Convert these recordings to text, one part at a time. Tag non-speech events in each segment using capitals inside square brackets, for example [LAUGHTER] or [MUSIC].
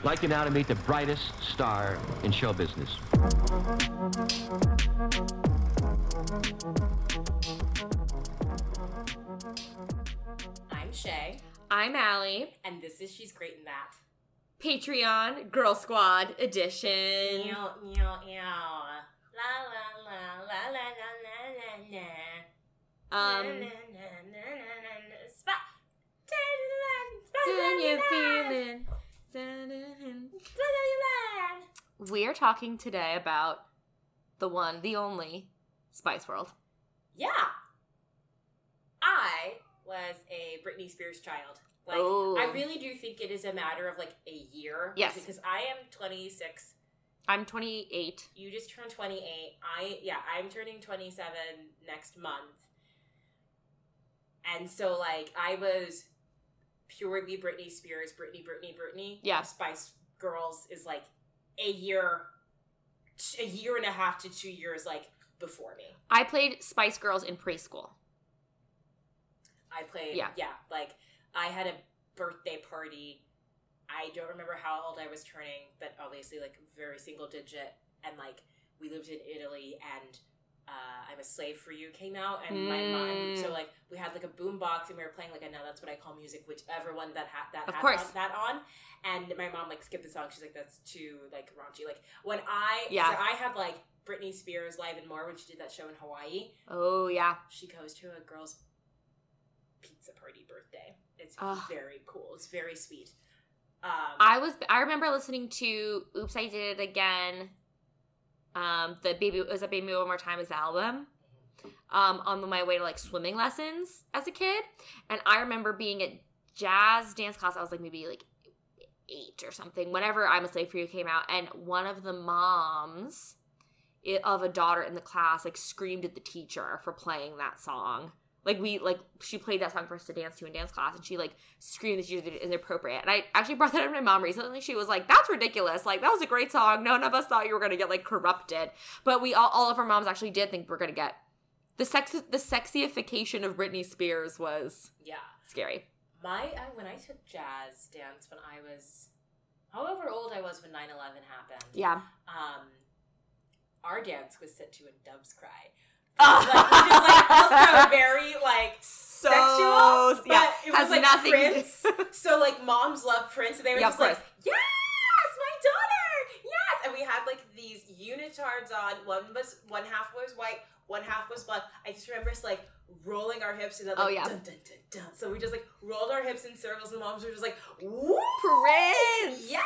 I'd like you now to meet the brightest star in show business. I'm Shay, I'm Allie, and this is She's Great in That. Patreon Girl Squad Edition. Meow, meow, meow. La, la, la, la, la, la, la, la, la. Um, Na, na, na, na, na, na, na. Spa- Tadadadad, Done your spadadadad, feeling. Dun-dun-dun. tadadadad. We are talking today about the one, the only Spice World. Yeah. I was a Britney Spears child. Like, Oh. I really do think it is a matter of like a year. Yes. Because I am 26 I'm 28. you just turned 28 i yeah i'm turning 27 next month and so like i was purely britney spears britney britney britney Yeah. spice girls is like a year a year and a half to two years like before me I played Spice Girls in preschool. i played Yeah. yeah like i had a birthday party i don't remember how old i was turning but obviously like very single digit and like we lived in Italy and uh, I'm a Slave for You came out and my mom Mm. so like we had like a boom box and we were playing like a now that's what I call music whichever one that had that Of had course. on- that on and my mom like skipped the song she's like that's too like raunchy like when I Yeah. so I had like Britney Spears live and more when she did that show in Hawaii Oh, yeah. she goes to a girl's pizza party birthday it's Ugh. very cool it's very sweet um, Ah. I was, I remember listening to Oops, I Did It Again. Um, the baby it was a baby one more time his album. Um, on my way to like swimming lessons as a kid, and I remember being at jazz dance class. I was like maybe like eight or something. Whenever I'm a slave for you came out, and one of the moms i- of a daughter in the class like screamed at the teacher for playing that song. Like we like she played that song for us to dance to in dance class, and she like screamed that she did it inappropriate. And I actually brought that up to my mom recently. She was like, "That's ridiculous! Like that was a great song. None of us thought you were gonna get like corrupted, but we all all of our moms actually did think we're gonna get." The sex the sexification of Britney Spears was yeah scary. My I, when I took jazz dance when I was however old I was when 9/11 happened. Yeah. Um our dance was set to in Doves [LAUGHS] Cry. Oh. Like, which is like also very like so sexual, but yeah, it was has like nothing. Prince. [LAUGHS] so like moms love Prince and they were Yeah, of just like, course. Yes, my daughter, yes. And we had like these unitards on. One was one half was white, one half was black. I just remember us like rolling our hips and then like Oh, yeah. dun, dun, dun, dun. So we just like rolled our hips in circles and moms were just like, Woo! Prince. Yes!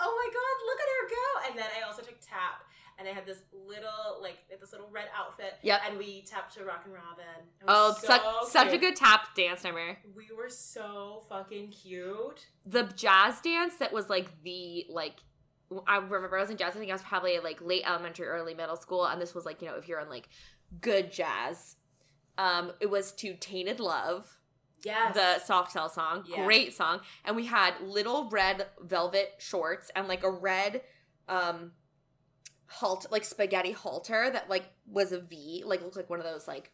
Oh my god, look at her go! And then I also took tap and I had this little like I had this little red outfit. Yep. And we tapped to Rock and Robin. It Oh, was so such, such a cute. good tap dance number. We were so fucking cute. The jazz dance that was like the like I remember I was in jazz. I think I was probably like late elementary, early middle school, and this was like you know if you're in like good jazz, um, it was to "Tainted Love." Yes. the soft cell song. Yeah. Great song. And we had little red velvet shorts and like a red um halt like spaghetti halter that like was a V, like looked like one of those like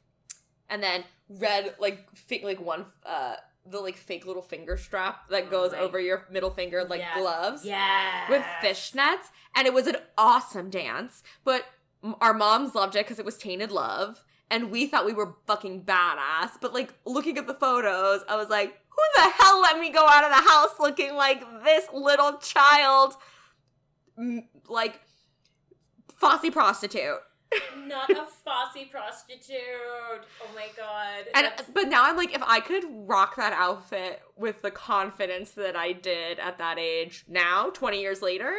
and then red like fake like one uh the like fake little finger strap that Oh goes my- over your middle finger like Yes. gloves yes. with fishnets and it was an awesome dance but m- our moms loved it because it was tainted love and we thought we were fucking badass but like looking at the photos i was like who the hell let me go out of the house looking like this little child M- like fussy prostitute Not a fussy prostitute. Oh my god. and That's- but now i'm like if i could rock that outfit with the confidence that i did at that age now 20 years later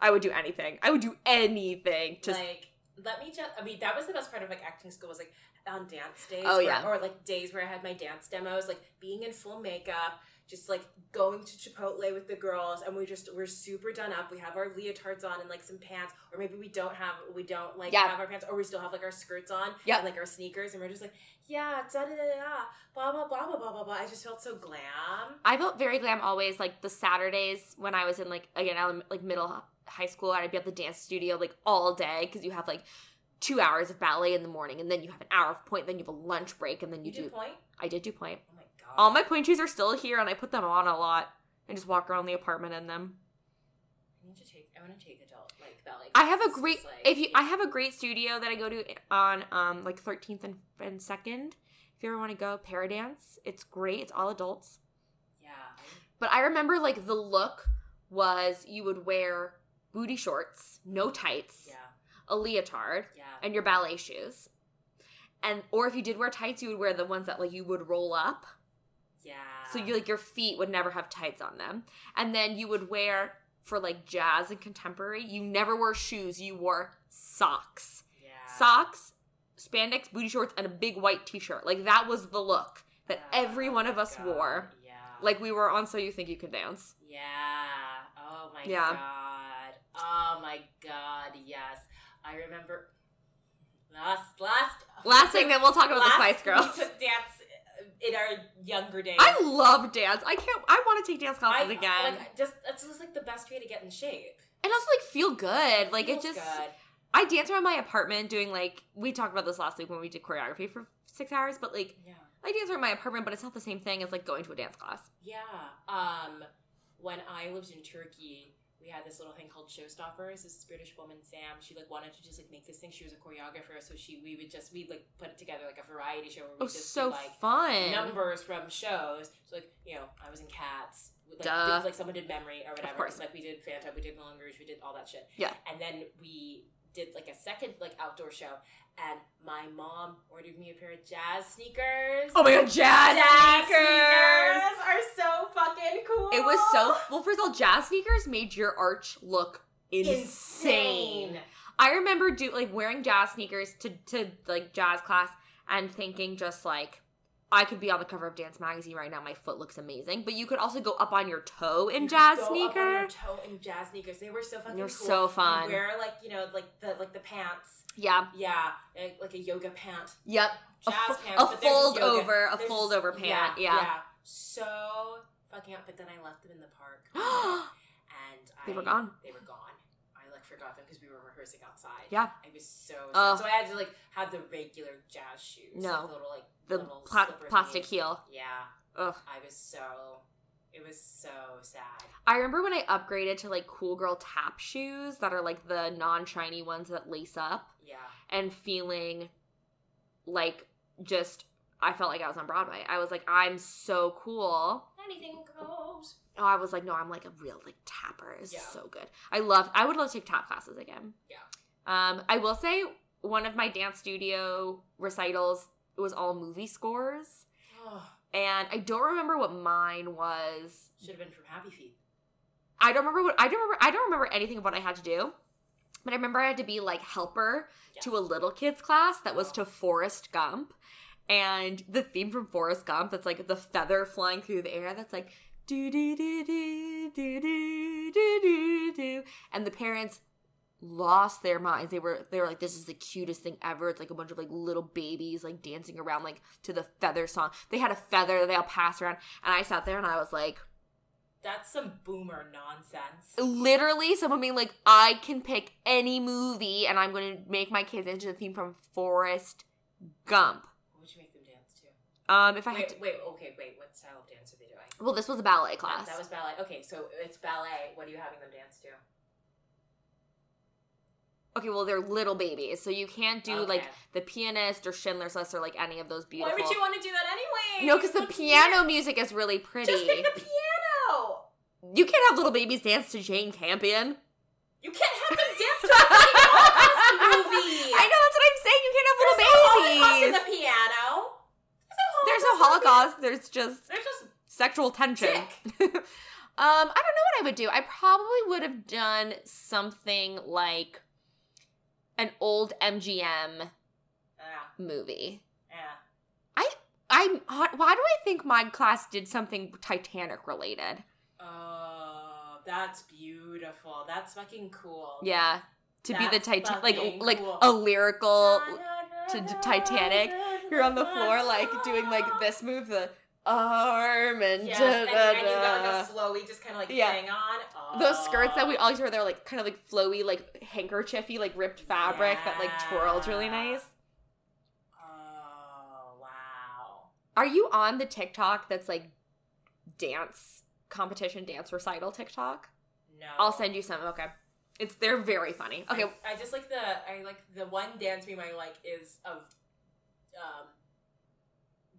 i would do anything i would do anything to like let me just i mean that was the best part of like acting school was like on dance days Oh, where- yeah. or like days where i had my dance demos like being in full makeup just like going to chipotle with the girls and we just we're super done up we have our leotards on and like some pants or maybe we don't have we don't like Yeah. have our pants or we still have like our skirts on Yep. and like our sneakers and we're just like yeah da da da da blah blah blah blah blah blah blah i just felt so glam I felt very glam always. Like the Saturdays when I was in like again ele- like middle high school, and I'd be at the dance studio like all day because you have like two hours of ballet in the morning, and then you have an hour of point, then you have a lunch break, and then you you, do do. point I did do point. oh my god All my point shoes are still here, and I put them on a lot and just walk around the apartment in them. I need to take. I want to take adult like ballet. I have a classes, great like- if you I have a great studio that I go to on um like 13th and, and 2nd. If you ever want to go Paradance, it's great. It's all adults. Yeah. But I remember like the look was you would wear booty shorts, no tights, Yeah. a leotard, Yeah. and your ballet shoes. And or if you did wear tights, you would wear the ones that like you would roll up. Yeah. So you like your feet would never have tights on them. And then you would wear for like jazz and contemporary, you never wore shoes, you wore socks Yeah. socks, spandex, booty shorts, and a big white t-shirt. Like that was the look that Oh every one of my us God, wore. Yeah. Like we were on So You Think You Can Dance. Yeah. Oh my Yeah. god. Oh my god. Yes. I remember last last Last thing that we'll talk about the last Spice Girls. We took dance in our younger days. [LAUGHS] I love dance. I can't. I want to take dance I- classes again, Like, just that's just like the best way to get in shape. and also like feel good. Like it Feels just. good. I dance around my apartment doing like we talked about this last week when we did choreography for six hours, but like Yeah. I dance around my apartment, but it's not the same thing as like going to a dance class. Yeah. Um, when I lived in Turkey, we had this little thing called Showstoppers. This British woman, Sam, she like wanted to just like make this thing. She was a choreographer, so she we would just we'd like put it together like a variety show where we It was just Oh, so do, like fun. numbers from shows. So like you know, I was in Cats. Like, Duh. did- like someone did Memory or whatever. course. Like we did Phantom, we did Moulin Rouge, we did all that shit. Yeah. And then we did like a second like outdoor show, and my mom ordered me a pair of jazz sneakers. Oh my god, jazz, Jazz sneakers. sneakers are so fucking cool. It was so well. First of all, jazz sneakers made your arch look insane. insane. I remember do like wearing jazz sneakers to to like jazz class and thinking just like I could be on the cover of Dance Magazine right now. My foot looks amazing, but you could also go up on your toe in You could jazz go up on your sneaker. toe in jazz sneakers. They were so fucking They're cool. so fun. You wear like you know like the like the pants. Yeah. Yeah, like, like a yoga pant. Yep. A, Jazz fo- pants. a but they're just fold yoga. over, a They're fold just- over pant. Yeah. So fucking up. But then I left them in the park, [GASPS] [LAUGHS] and They I, were gone. They were gone. I like forgot them because we were rehearsing outside. Yeah. I was so sad. Ugh. so I had to like have the regular jazz shoes. No. like, the little like the little pla- slipper plastic thingies. heel. Yeah, Ugh. I was so. It was so sad. I remember when I upgraded to like cool girl tap shoes that are like the non shiny ones that lace up. Yeah. and feeling like just I felt like I was on Broadway. I was like, I'm so cool. Anything goes. Oh, I was like, no, I'm like a real like tapper. It's Yeah. so good. I love. I would love to take tap classes again. Yeah. Um, I will say one of my dance studio recitals was all movie scores, Oh, and I don't remember what mine was. should have been from Happy Feet. I don't remember what I don't remember. I don't remember anything of what I had to do, but I remember I had to be like helper Yeah. to a little kids class that was to Forrest Gump, and the theme from Forrest Gump that's like the feather flying through the air that's like do do do do do do do do do, and the parents lost their minds. They were they were like, this is the cutest thing ever. It's like a bunch of like little babies like dancing around like to the feather song. They had a feather that they all passed around, and I sat there and I was like. That's some boomer nonsense. literally someone being like, I can pick any movie and I'm going to make my kids into the theme from Forrest Gump. What would you make them dance to? Um, if I had Wait, to, wait, okay, wait. What style of dance are they doing? well, this was a ballet class. That, that was ballet. Okay, so it's ballet. What are you having them dance to? okay, well, they're little babies, so you can't do Okay. like the pianist or Schindler's List or like any of those Why beautiful. would you want to do that anyway? [LAUGHS] no, because the Let's piano music is really pretty. Just pick the piano. you can't have little babies dance to [LAUGHS] Jane Campion. You can't have them dance to a fucking [LAUGHS] Holocaust movie. I know that's what I'm saying. You There's no can't have Holocaust little in babies. the piano. There's no Holocaust. There's just There's just sexual tension. Dick. [LAUGHS] um, I don't know what I would do. I probably would have done something like an old MGM ah, movie. ah. I'm why do I think my class did something Titanic related? Oh, that's beautiful. That's fucking cool. Yeah, to be the That's Titanic, like fucking like cool. a lyrical. to, to Titanic. You're on the floor, like doing like this move, the arm and Yes, and, and you got da-da-da. like a flowy, just kind of like Yeah. hang on. Oh. those skirts that we always wear they're like kind of like flowy like handkerchiefy like ripped fabric that like twirls really nice Oh wow! are you on the tiktok that's like dance competition dance recital tiktok No. I'll send you some. Okay. It's they're very funny. Okay. I, I just like the I like the one dance meme I like is of um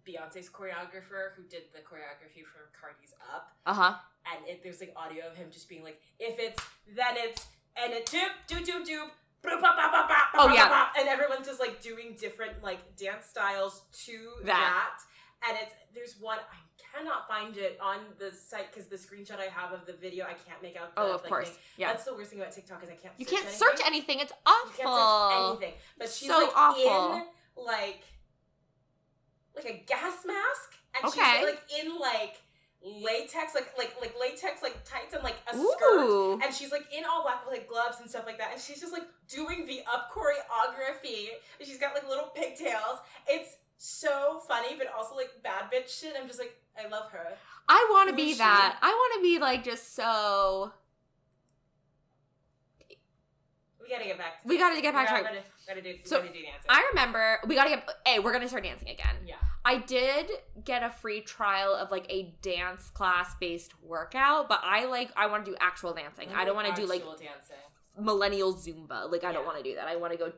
Beyonce's choreographer who did the choreography for Cardi's Up, Uh-huh. and it, there's like audio of him just being like, "If it's then it's and it doop doop doop doop." bloop, bop, bop, bop, bop, Oh, bop, yeah. bop," and everyone's just like doing different like dance styles to That. that. And it's there's one I cannot find it on the site because the screenshot I have of the video I can't make out. The, Oh, of like, course. thing. Yeah. That's the worst thing about TikTok is I can't. you search can't search anything. anything. It's You awful. can't touch anything. But she's So like in awful. like like a gas mask, and Okay. she's like in like latex, like like like latex, like tights and like a skirt. Ooh. And she's like in all black with like gloves and stuff like that, and she's just like doing the up choreography. And she's got like little pigtails. It's so funny, but also like bad bitch shit. I'm just like, I love her. I want to Who be is that. I want to be like just so. We gotta get back. To We gotta get back We're to- Gotta, gotta do. So, we gotta do dancing. I remember we gotta get. Hey, we're gonna start dancing again. yeah. I did get a free trial of like a dance class based workout, but I like I want to do actual dancing. I don't want to do like Actual dancing. millennial Zumba. Like I don't Yeah. want to do that. I want to go.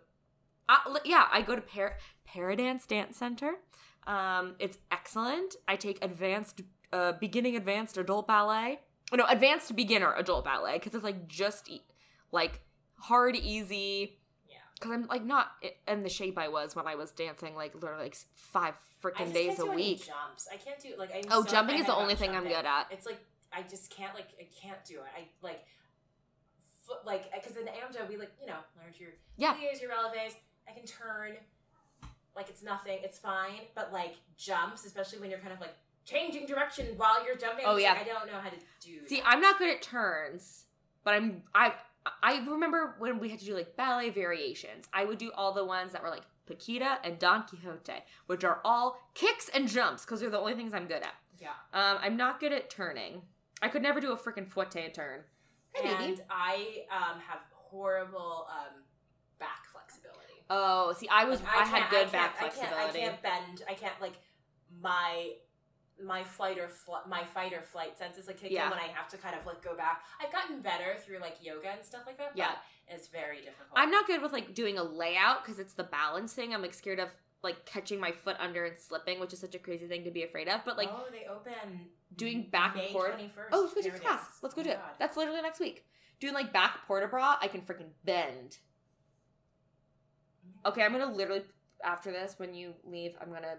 I, li- yeah, I go to Par- Paradance Dance Center. Um, it's excellent. I take advanced, uh, beginning advanced adult ballet. Oh, No, advanced beginner adult ballet because it's like just e- like hard, easy. Yeah. Because I'm like not i- in the shape I was when I was dancing like literally like s- five I freaking just days can't a do any week. Jumps. I can't do like. I'm Oh, so jumping is the bad only about thing I'm jumping. good at. It's like I just can't like I can't do it. I like fl- like because in AMDA we like you know learn your Yeah. plies, your releves. I can turn like it's nothing. It's fine. But like jumps, especially when you're kind of like changing direction while you're jumping. I'm Oh, just like, yeah. I don't know how to do. See, that. I'm not good at turns, but I'm I I remember when we had to do like ballet variations. I would do all the ones that were like Paquita and Don Quixote, which are all kicks and jumps because they're the only things I'm good at. yeah. Um, I'm not good at turning. I could never do a freaking fouette turn. Hey, baby. And I um, have horrible um, back flexibility. Oh, see, I was Like, I, had can't- good can't- back I can't- flexibility. I can't, bend. I can't like my my flight or fl- my fight or flight senses like kick Yeah. in when I have to kind of like go back. I've gotten better through like yoga and stuff like that. Yeah. but it's very difficult. I'm not good with like doing a layout because it's the balancing. I'm like scared of like catching my foot under and slipping, which is such a crazy thing to be afraid of. But like oh, they open doing back May and forth. 21st. Oh, let's go There to it class. is. Let's go Oh do my it. God. That's literally next week. Doing like back porta bra, I can freaking bend. Oh, Okay, I'm gonna literally after this when you leave, I'm gonna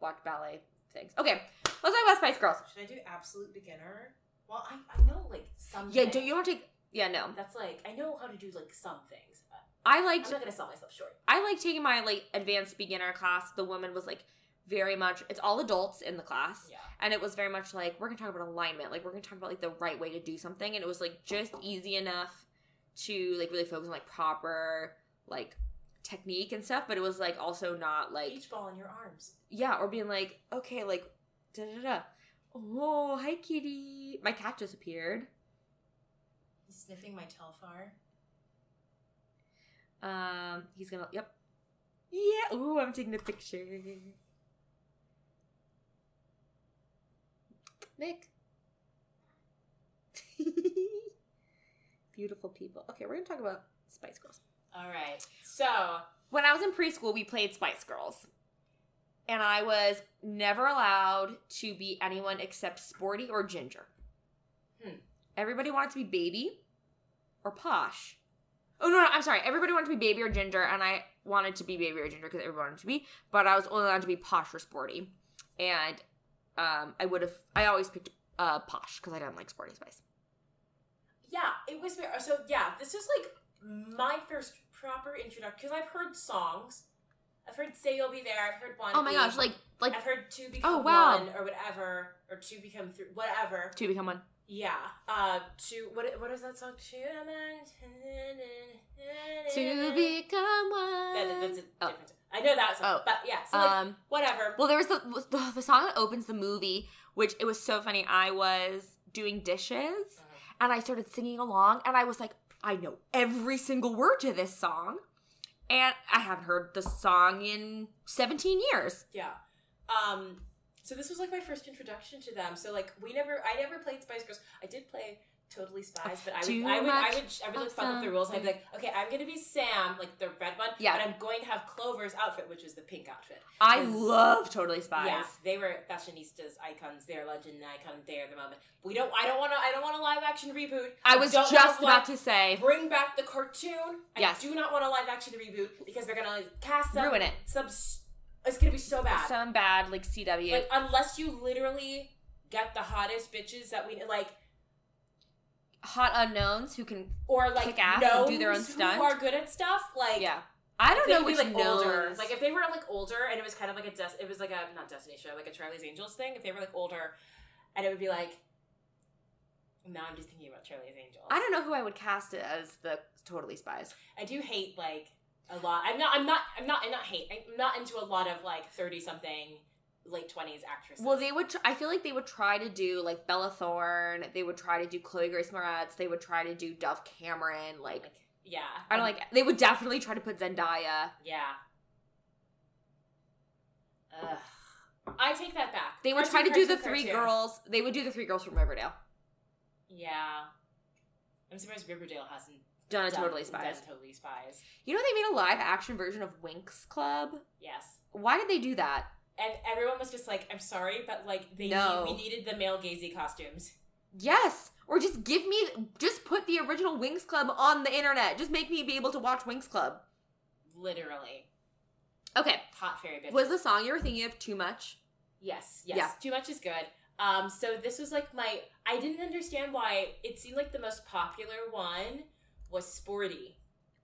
watch ballet things. Okay, let's talk about Spice Girls. Should I do absolute beginner? Well, I, I know like some. Yeah, things. do you want to take? Yeah, no. That's like I know how to do like some things. But I I'm liked not gonna sell myself short. I like taking my like advanced beginner class. The woman was like very much. It's all adults in the class. Yeah. and it was very much like we're gonna talk about alignment like we're gonna talk about like the right way to do something and it was like just easy enough to like really focus on like proper like technique and stuff but it was like also not like Beach ball in your arms. yeah or being like okay like da da da oh hi kitty my cat just appeared He's sniffing my Telfar. um he's gonna yep yeah oh i'm taking a picture nick [LAUGHS] beautiful people okay we're gonna talk about spice girls All right. So when i was in preschool we played spice girls and i was never allowed to be anyone except sporty or ginger Hmm. everybody wanted to be baby or posh Oh no, no, I'm sorry. Everybody wanted to be baby or ginger, and I wanted to be baby or ginger because everyone wanted to be. But I was only allowed to be posh or sporty, and um, I would have. I always picked uh, posh because I didn't like sporty spice. yeah, it was weird. So yeah, this is like my first proper introduction because I've heard songs. I've heard "Say You'll Be There." I've heard one. Oh my Be- gosh, like like I've heard two become Oh, wow. one or whatever, or two become three, whatever. to become one. Yeah. Uh, two. What? What is that song? Two. To become That, that- that's one. a Oh. different. I know that song, Oh. but yeah. So like, Um. whatever. Well, there was the, was the the song that opens the movie, which it was so funny. I was doing dishes, Uh-huh. and I started singing along, and I was like, I know every single word to this song, and I haven't heard the song in 17 years. Yeah. Um, so this was like my first introduction to them. So like we never, I never played Spice Girls. I did play totally spies, but I Too would, I would, I much would, I would like of fuck up the rules. I'd be like, okay, I'm gonna be Sam, like the red one, Yeah. but I'm going to have Clover's outfit, which is the pink outfit. I Yes. love Totally Spies. Yeah, they were fashionistas icons. They're legend icon. They are the moment. We don't. I don't want to. I don't want a live action reboot. I was don't just want- about to say bring back the cartoon. I Yes. do not want a live action reboot because they're gonna cast some. ruin it. Some. s- It's gonna be so bad. Some bad like CW. Like unless you literally get the hottest bitches that we like, hot unknowns who can or like Kick ass know and do their own stunt. who are good at stuff. Like yeah. I don't they know could be, which like older. knows. Like if they were like older and it was kind of like a des- it was like a not Destiny show, like a Charlie's Angels thing. If they were like older, and it would be like. No, I'm just thinking about Charlie's Angels. I don't know who I would cast it as the Totally Spies. I do hate like a lot. I'm not. I'm not. I'm not. I'm not hate. I'm not into a lot of like thirty something, late twenties actresses. Well, they would. Tr- I feel like they would try to do like Bella Thorne. They would try to do Chloe Grace Moretz. They would try to do Dove Cameron. Like Like, yeah. I don't like. They would definitely try to put Zendaya. Yeah. Ugh. I take that back. They would Cartoon, try to do the cartoon, three cartoon. girls. They would do the three girls from Riverdale. Yeah. I'm surprised Riverdale hasn't Done a done- Uh, Totally Spies. done totally spies. You know they made a live action version of Winx Club. Yes. Why did they do that? And everyone was just like, "I'm sorry, but like they No. need, we needed the male gazy costumes." Yes. Or just give me, just put the original Winx Club on the internet. Just make me be able to watch Winx Club. Literally, Okay. hot fairy bitches. Was the song you were thinking of too much? Yes, yes. Yeah. Too much is good. Um, so this was like my I didn't understand why it seemed like the most popular one was sporty.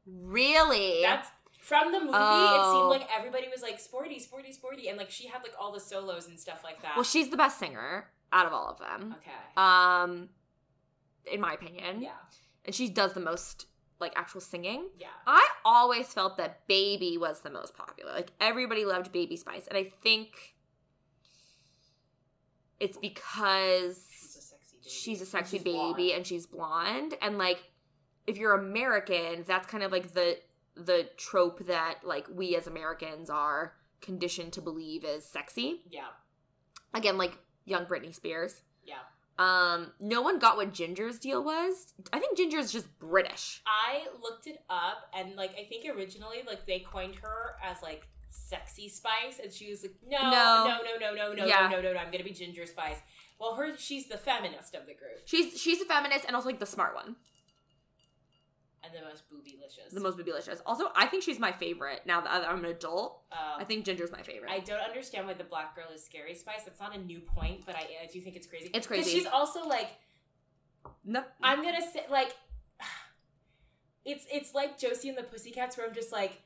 Really? That's from the movie, Oh. it seemed like everybody was like sporty, sporty, sporty, and like she had like all the solos and stuff like that. well, she's the best singer out of all of them. okay. Um, in my opinion. yeah, And she does the most like actual singing. yeah. I always felt that Baby was the most popular. Like everybody loved Baby Spice, and I think it's She's because a sexy baby. she's a sexy She's baby blonde. and she's blonde and like if you're american that's kind of like the the trope that like we as americans are conditioned to believe is sexy Yeah, again like young britney spears yeah. um no one got what ginger's deal was i think ginger's just british I looked it up and like I think originally like they coined her as like sexy spice and she was like no No. no no no no no Yeah. no no no no I'm gonna be ginger spice. Well her she's the feminist of the group she's she's a feminist and also like the smart one and the most boobylicious. the most boobylicious also i think she's my favorite now that i'm an adult Um, i think ginger's my favorite I don't understand why the black girl is scary spice. That's not a new point, but I, I do think it's crazy. It's 'Cause crazy. She's also like no I'm gonna say like [SIGHS] it's it's like Josie and the Pussycats where I'm just like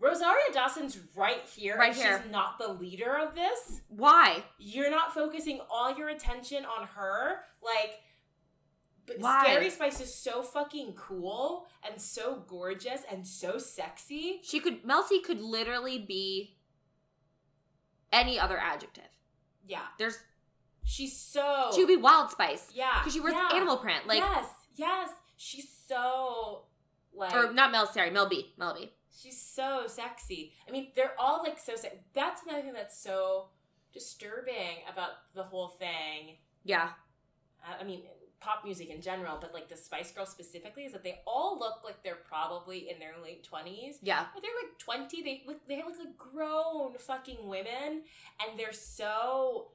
Rosaria Dawson's right here. Right and here. She's not the leader of this. why you're not focusing all your attention on her. Like, but Why? Scary Spice is so fucking cool and so gorgeous and so sexy. She could Melty could literally be any other adjective. Yeah, There's she's so. she would be wild spice yeah, because she wears Oh. yeah, animal print, like yes, yes, she's so like or not Mel. Sorry, Mel B. Mel B. she's so sexy. I mean, they're all like so. Se- that's another thing that's so disturbing about the whole thing. Uh, Yeah, I- I mean, pop music in general, but like the Spice Girls specifically, is that they all look like they're probably in their late twenties. yeah. But they're like twenty. They look they look like grown fucking women, and they're so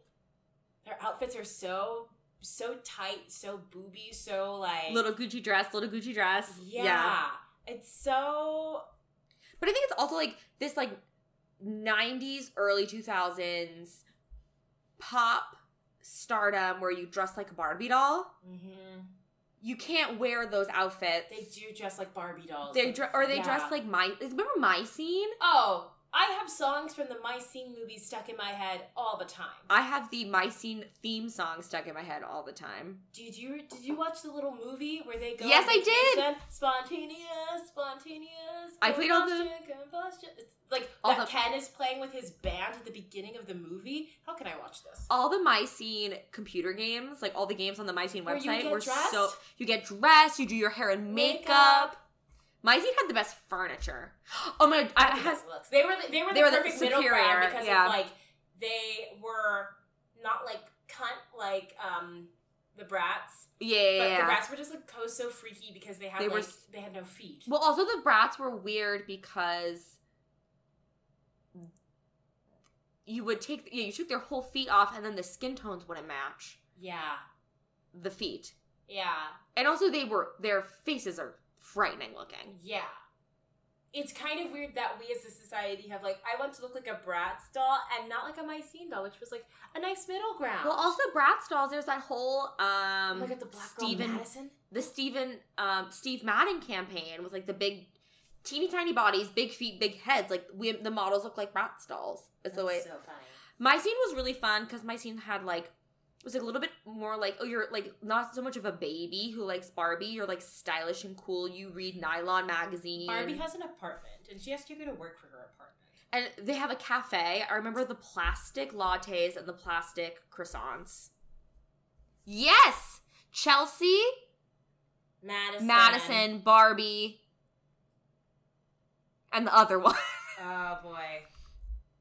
their outfits are so so tight, so booby, so like Little Gucci dress, little Gucci dress. yeah. It's so but I think it's also like this like '90s, early 2000s pop stardom where you dress like a Barbie doll. mhm. You can't wear those outfits. they do dress like Barbie dolls. They dre- or they Yeah. dress like my. Remember my scene? oh. I have songs from the My Scene movies stuck in my head all the time. I have the my scene theme song stuck in my head all the time. Did you did you watch the little movie where they go? Yes, on I did. vacation? Spontaneous, spontaneous. I played all the- combustion, combustion. It's like All that the- Ken is playing with his band at the beginning of the movie. How can I watch this? All the my scene computer games, like all the games on the my scene Where you website, get were so dressed? you get dressed, you do your hair and makeup. My scene had the best furniture. [GASPS] Oh my! I, I Look at had those looks. They were the, they were They the were the perfect middle ground superior, because yeah. of like they were not like cunt like um the brats. Yeah, yeah, But the yeah. brats were just like posed so freaky because they had They like were s- they had no feet. Well, also the brats were weird because you would take yeah, you took their whole feet off, and then the skin tones wouldn't match yeah. the feet, Yeah. and also they were their faces are frightening looking. Yeah. It's kind of weird that we as a society have like I want to look like a Bratz doll and not like a Mycene doll, which was like a nice middle ground. Well, also Bratz dolls. There's that whole um look at the black girl Stephen Madison. the Stephen um Steve Madden campaign with like the big teeny tiny bodies, big feet, big heads. Like we, the models look like Bratz dolls. Is the way so funny. My scene was really fun because my scene had like it was like a little bit more like oh you're like not so much of a baby who likes Barbie you're like stylish and cool you read Nylon magazine Barbie has an apartment and she has to go to work for her apartment. and they have a cafe I remember the plastic lattes and the plastic croissants yes Chelsea Madison. Madison Barbie and the other [LAUGHS] one Oh boy.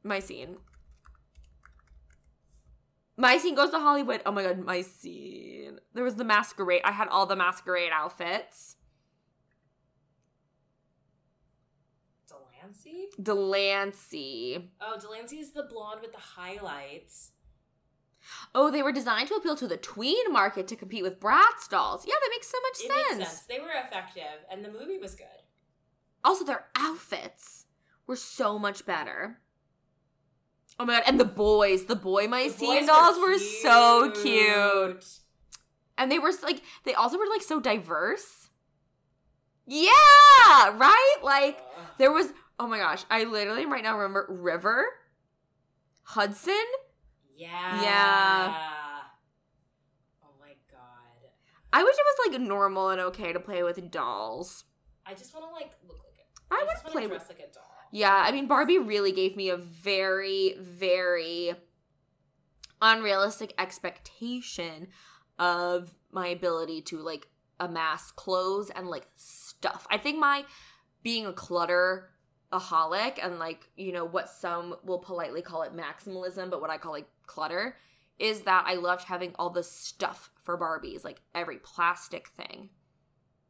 my scene my scene goes to hollywood oh my god my scene there was the masquerade i had all the masquerade outfits Delancey? delancey Oh, Delancey is the blonde with the highlights. oh they were designed to appeal to the tween market to compete with bratz dolls yeah that makes so It much sense. makes sense. They were effective and the movie was good. also their outfits were so much better oh my god and the boys the boy my The scene boys dolls were so cute cute. And they were like they also were like so diverse. Yeah, right? Like Ugh. there was oh my gosh, I literally right now remember River Hudson. Yeah. Yeah. Oh my god. I wish it was like normal and okay to play with dolls. I just want to like look like it. I, just would wanna play dress with like a doll. Yeah, I mean Barbie really gave me a very very unrealistic expectation of my ability to like amass clothes and like stuff. I think my being a clutter aholic and like, you know, what some will politely call it maximalism, but what I call like clutter is that I loved having all the stuff for Barbies, like every plastic thing.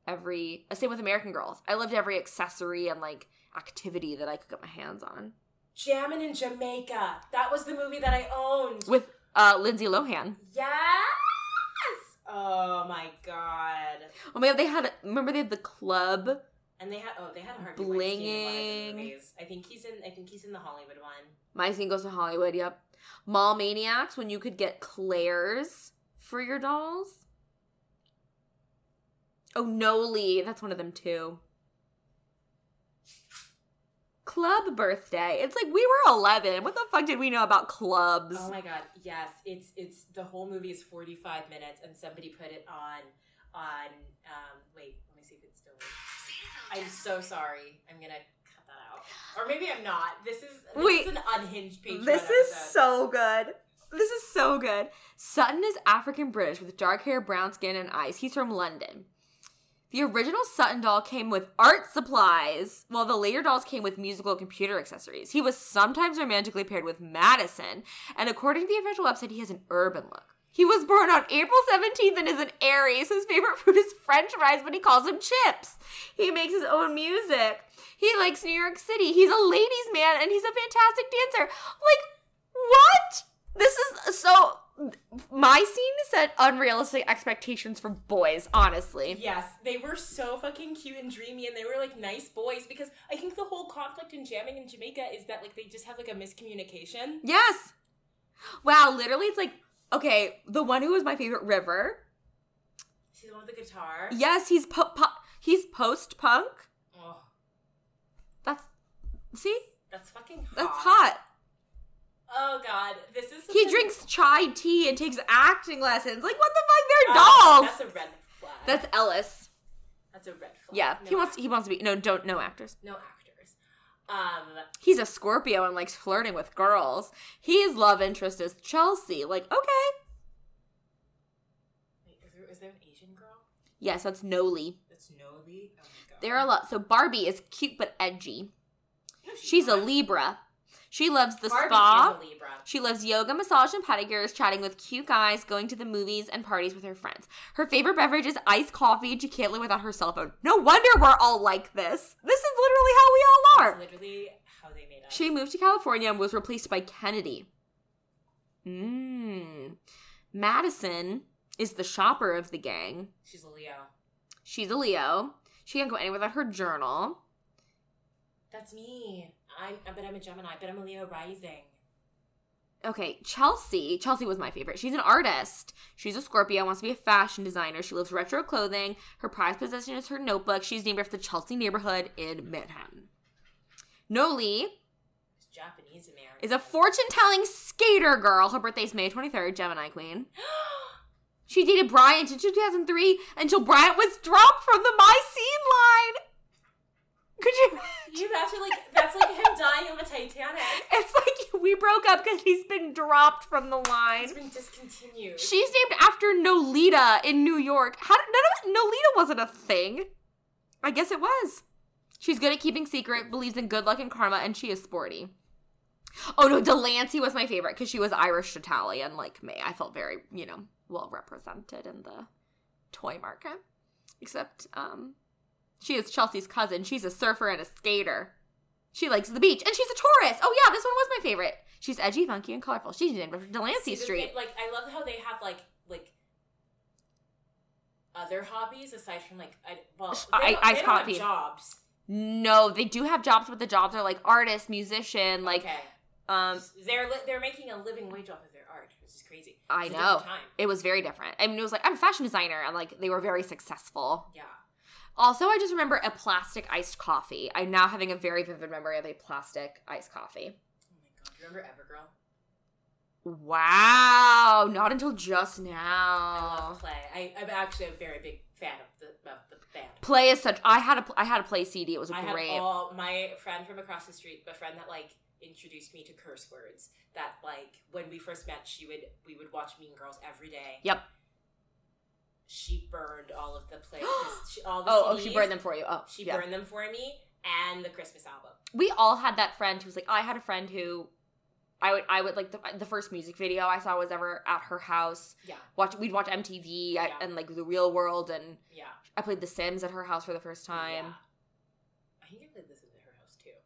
Every same with American Girls. I loved every accessory and like activity that I could get my hands on. Jammin' in Jamaica. That was the movie that I owned. With uh Lindsay Lohan. yes. Oh my god. Oh my god, they had remember they had the club And they had oh they had a hard Blinging. Blinging. I think he's in I think he's in the Hollywood one. My scene goes to Hollywood, yep. Mall Maniacs, when you could get Claire's for your dolls. Oh, Noli, that's one of them too. Club birthday. It's like we were 11. What the fuck did we know about clubs? Oh my god, yes. It's it's the whole movie is 45 minutes and somebody put it on on um wait, let me see if it's still I'm so sorry. I'm gonna cut that out. Or maybe I'm not. This is this Wait. is an unhinged Patreon this is episode. so good. This is so good. Sutton is African British with dark hair, brown skin, and eyes. He's from London. The original Sutton doll came with art supplies, while the later dolls came with musical and computer accessories. He was sometimes romantically paired with Madison, and according to the official website, he has an urban look. He was born on April 17th and is an Aries. His favorite food is French fries, but he calls them chips. He makes his own music. He likes New York City. He's a ladies' man and he's a fantastic dancer. Like, what? This is so. My scene set unrealistic expectations for boys, honestly. Yes, they were so fucking cute and dreamy, and they were like nice boys. Because I think the whole conflict in jamming in Jamaica is that like they just have like a miscommunication. Yes. Wow, literally, it's like, okay, the one who was my favorite, River. See the one with the guitar. Yes, he's po- po- he's post punk. Oh, That's. See? that's fucking hot. That's hot. Oh god, this is. He something- drinks chai tea and takes acting lessons. Like, what the fuck? They're Oh, dolls. That's a red flag. That's, Ellis. that's a red flag. Yeah, No he wants. He wants to be. No, don't. No actors. act- no actors. Um, He's a Scorpio and likes flirting with girls. His love interest is Chelsea. Like, okay, wait, is there is there an Asian girl? yes, that's Noli. That's Noli. Oh my god. There are a lot. So Barbie is cute but edgy. No, she's She's a not. Libra. She loves the Barbie spa. is a Libra. She loves yoga, massage, and pedicures, chatting with cute guys, going to the movies, and parties with her friends. Her favorite beverage is iced coffee, and she can't live without her cell phone. No wonder we're all like this. This is literally how we all That's are. literally how they made us. She moved to California and was replaced by Kennedy. Mmm. Madison is the shopper of the gang. She's a Leo. She's a Leo. She can't go anywhere without her journal. That's me. I'm, but I'm a Gemini, but I'm a Leo rising. Okay, Chelsea. Chelsea was my favorite. She's an artist. She's a Scorpio, wants to be a fashion designer. She loves retro clothing. Her prized possession is her notebook. She's named after the Chelsea neighborhood in Manhattan. Noli It's Japanese American. is a fortune telling skater girl. Her birthday's May 23rd, Gemini Queen. [GASPS] She dated Bryant in 2003 until Bryant was dropped from the My Scene line. Could you? [LAUGHS] you imagine like that's like him dying on the Titanic. It's like we broke up because he's been dropped from the line. It's been discontinued. She's named after Nolita in New York. How did none of Nolita wasn't a thing? I guess it was. She's good at keeping secret, believes in good luck and karma, and she is sporty. Oh no, Delancey was my favorite because she was Irish Italian like me. I felt very, you know, well represented in the toy market. Except, um, she is Chelsea's cousin. She's a surfer and a skater. She likes the beach, and she's a Taurus. Oh yeah, this one was my favorite. She's edgy, funky, and colorful. She's named after Delancey See, the Street. thing- like I love how they have like like other hobbies aside from like I, well they I- don't, I- they don't copy. have jobs. No, they do have jobs, but the jobs are like artist, musician, like okay. um they're li- they're making a living wage off of their art, which is crazy. I It's a know. different Time. it was very different. I mean it was like I'm a fashion designer and like they were very successful. Yeah. Oh Also, I just remember a plastic iced coffee. I'm now having a very vivid memory of a plastic iced coffee. Oh my god. Do you remember Evergirl? Wow, not until just I now. love Play. I, I'm actually a very big fan of the of the band. Play is such I had a I had a play CD. It was I great. had all my friend from across the street, the friend that like introduced me to curse words. That like when we first met, she would we would watch Mean Girls every day. Yep. She burned all of the [GASPS] plays. she, all the Oh, oh, CDs. she burned them for you. Oh, She yeah. burned them for me and the Christmas album. we all had that friend who was like I had a friend who I would I would like the, the first music video I saw was ever at her house. Yeah, Watch we'd watch MTV I- Yeah. and like the real world and yeah. I played The Sims at her house for the first time. Yeah. I think I played this at her house too.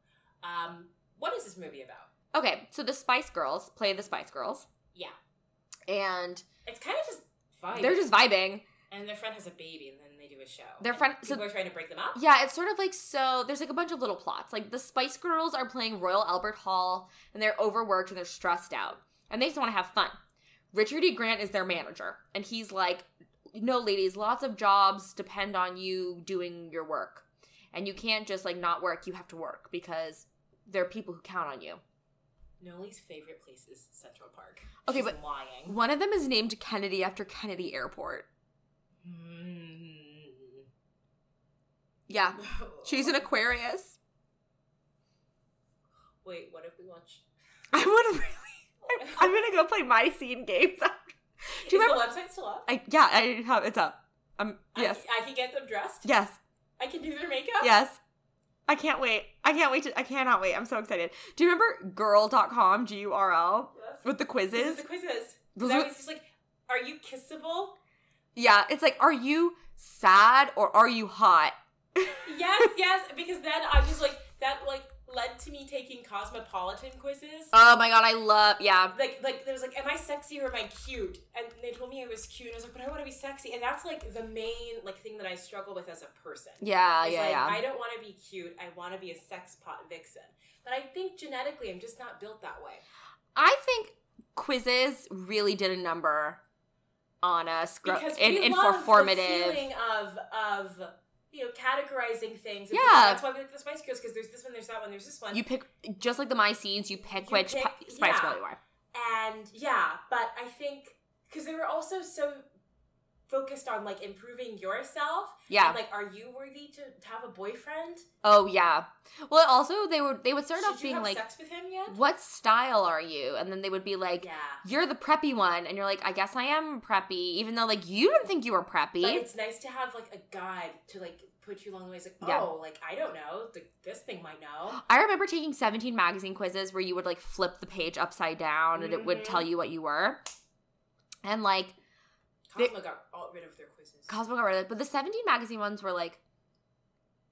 Um, what is this movie about? Okay, so the Spice Girls play the Spice Girls Yeah, and it's kind of just fun. they're just vibing. and their friend has a baby, and then they do a show. Their And friend- so- people are trying to break them up. Yeah, it's sort of like so there's like a bunch of little plots. Like the Spice Girls are playing Royal Albert Hall and they're overworked and they're stressed out and they just want to have fun. Richard E. Grant is their manager and he's like, "No ladies, lots of jobs depend on you doing your work. And you can't just like not work, you have to work because there are people who count on you." Noli's favorite place is Central Park. Okay, She's but- lying. One of them is named Kennedy after Kennedy Airport. Mm. Yeah. She's [LAUGHS] an Aquarius. Wait, what if we watch? I would really I'm gonna go play my scene games. [LAUGHS] is Do you remember? the website still up? I, yeah, I have. It's up. Um. I- Yes. I, can get them dressed. Yes. I can do their makeup. Yes. I can't wait. I can't wait to. I cannot wait. I'm so excited. Do you remember girl.com, G U R L, Yes. with the This is quizzes? the quizzes. Those That were- was just like, are you kissable? yeah. It's like, are you sad or are you hot? [LAUGHS] yes, yes. Because then I was like, that like led to me taking cosmopolitan quizzes. Oh my god, I love. Yeah. like, like there was like, am I sexy or am I cute? And they told me I was cute, and I was like, but I want to be sexy, and that's like the main like thing that I struggle with as a person. Yeah. It's Yeah. like, yeah. I don't want to be cute. I want to be a sex pot vixen. But I think genetically, I'm just not built that way. I think quizzes really did a number on us gr- Because in, we in for love the formative. feeling of of you know categorizing things. And Yeah. that's why we like the Spice Girls because there's this one, there's that one, there's this one. You pick just like the my scenes. You pick You which pick- pi- Spice yeah. Girl you are. and yeah, but I think because they were also so focused on like improving yourself. Yeah. And, like, are you worthy to, to have a boyfriend? oh yeah. Well, also they would they would start Should off you being have like, sex with him yet? "What style are you?" And then they would be like, Yeah. "You're the preppy one," and you're like, "I guess I am preppy," even though like you didn't think you were preppy. But it's nice to have like a guide to like put you along the way. It's like, oh, Yeah. like I don't know, like this thing might [GASPS] know. I remember taking 17 magazine quizzes where you would like flip the page upside down and it would Mhm. tell you what you were. And like They- Cosmo got all rid of their quizzes. Cosmo got rid of it, but the 17 magazine ones were like,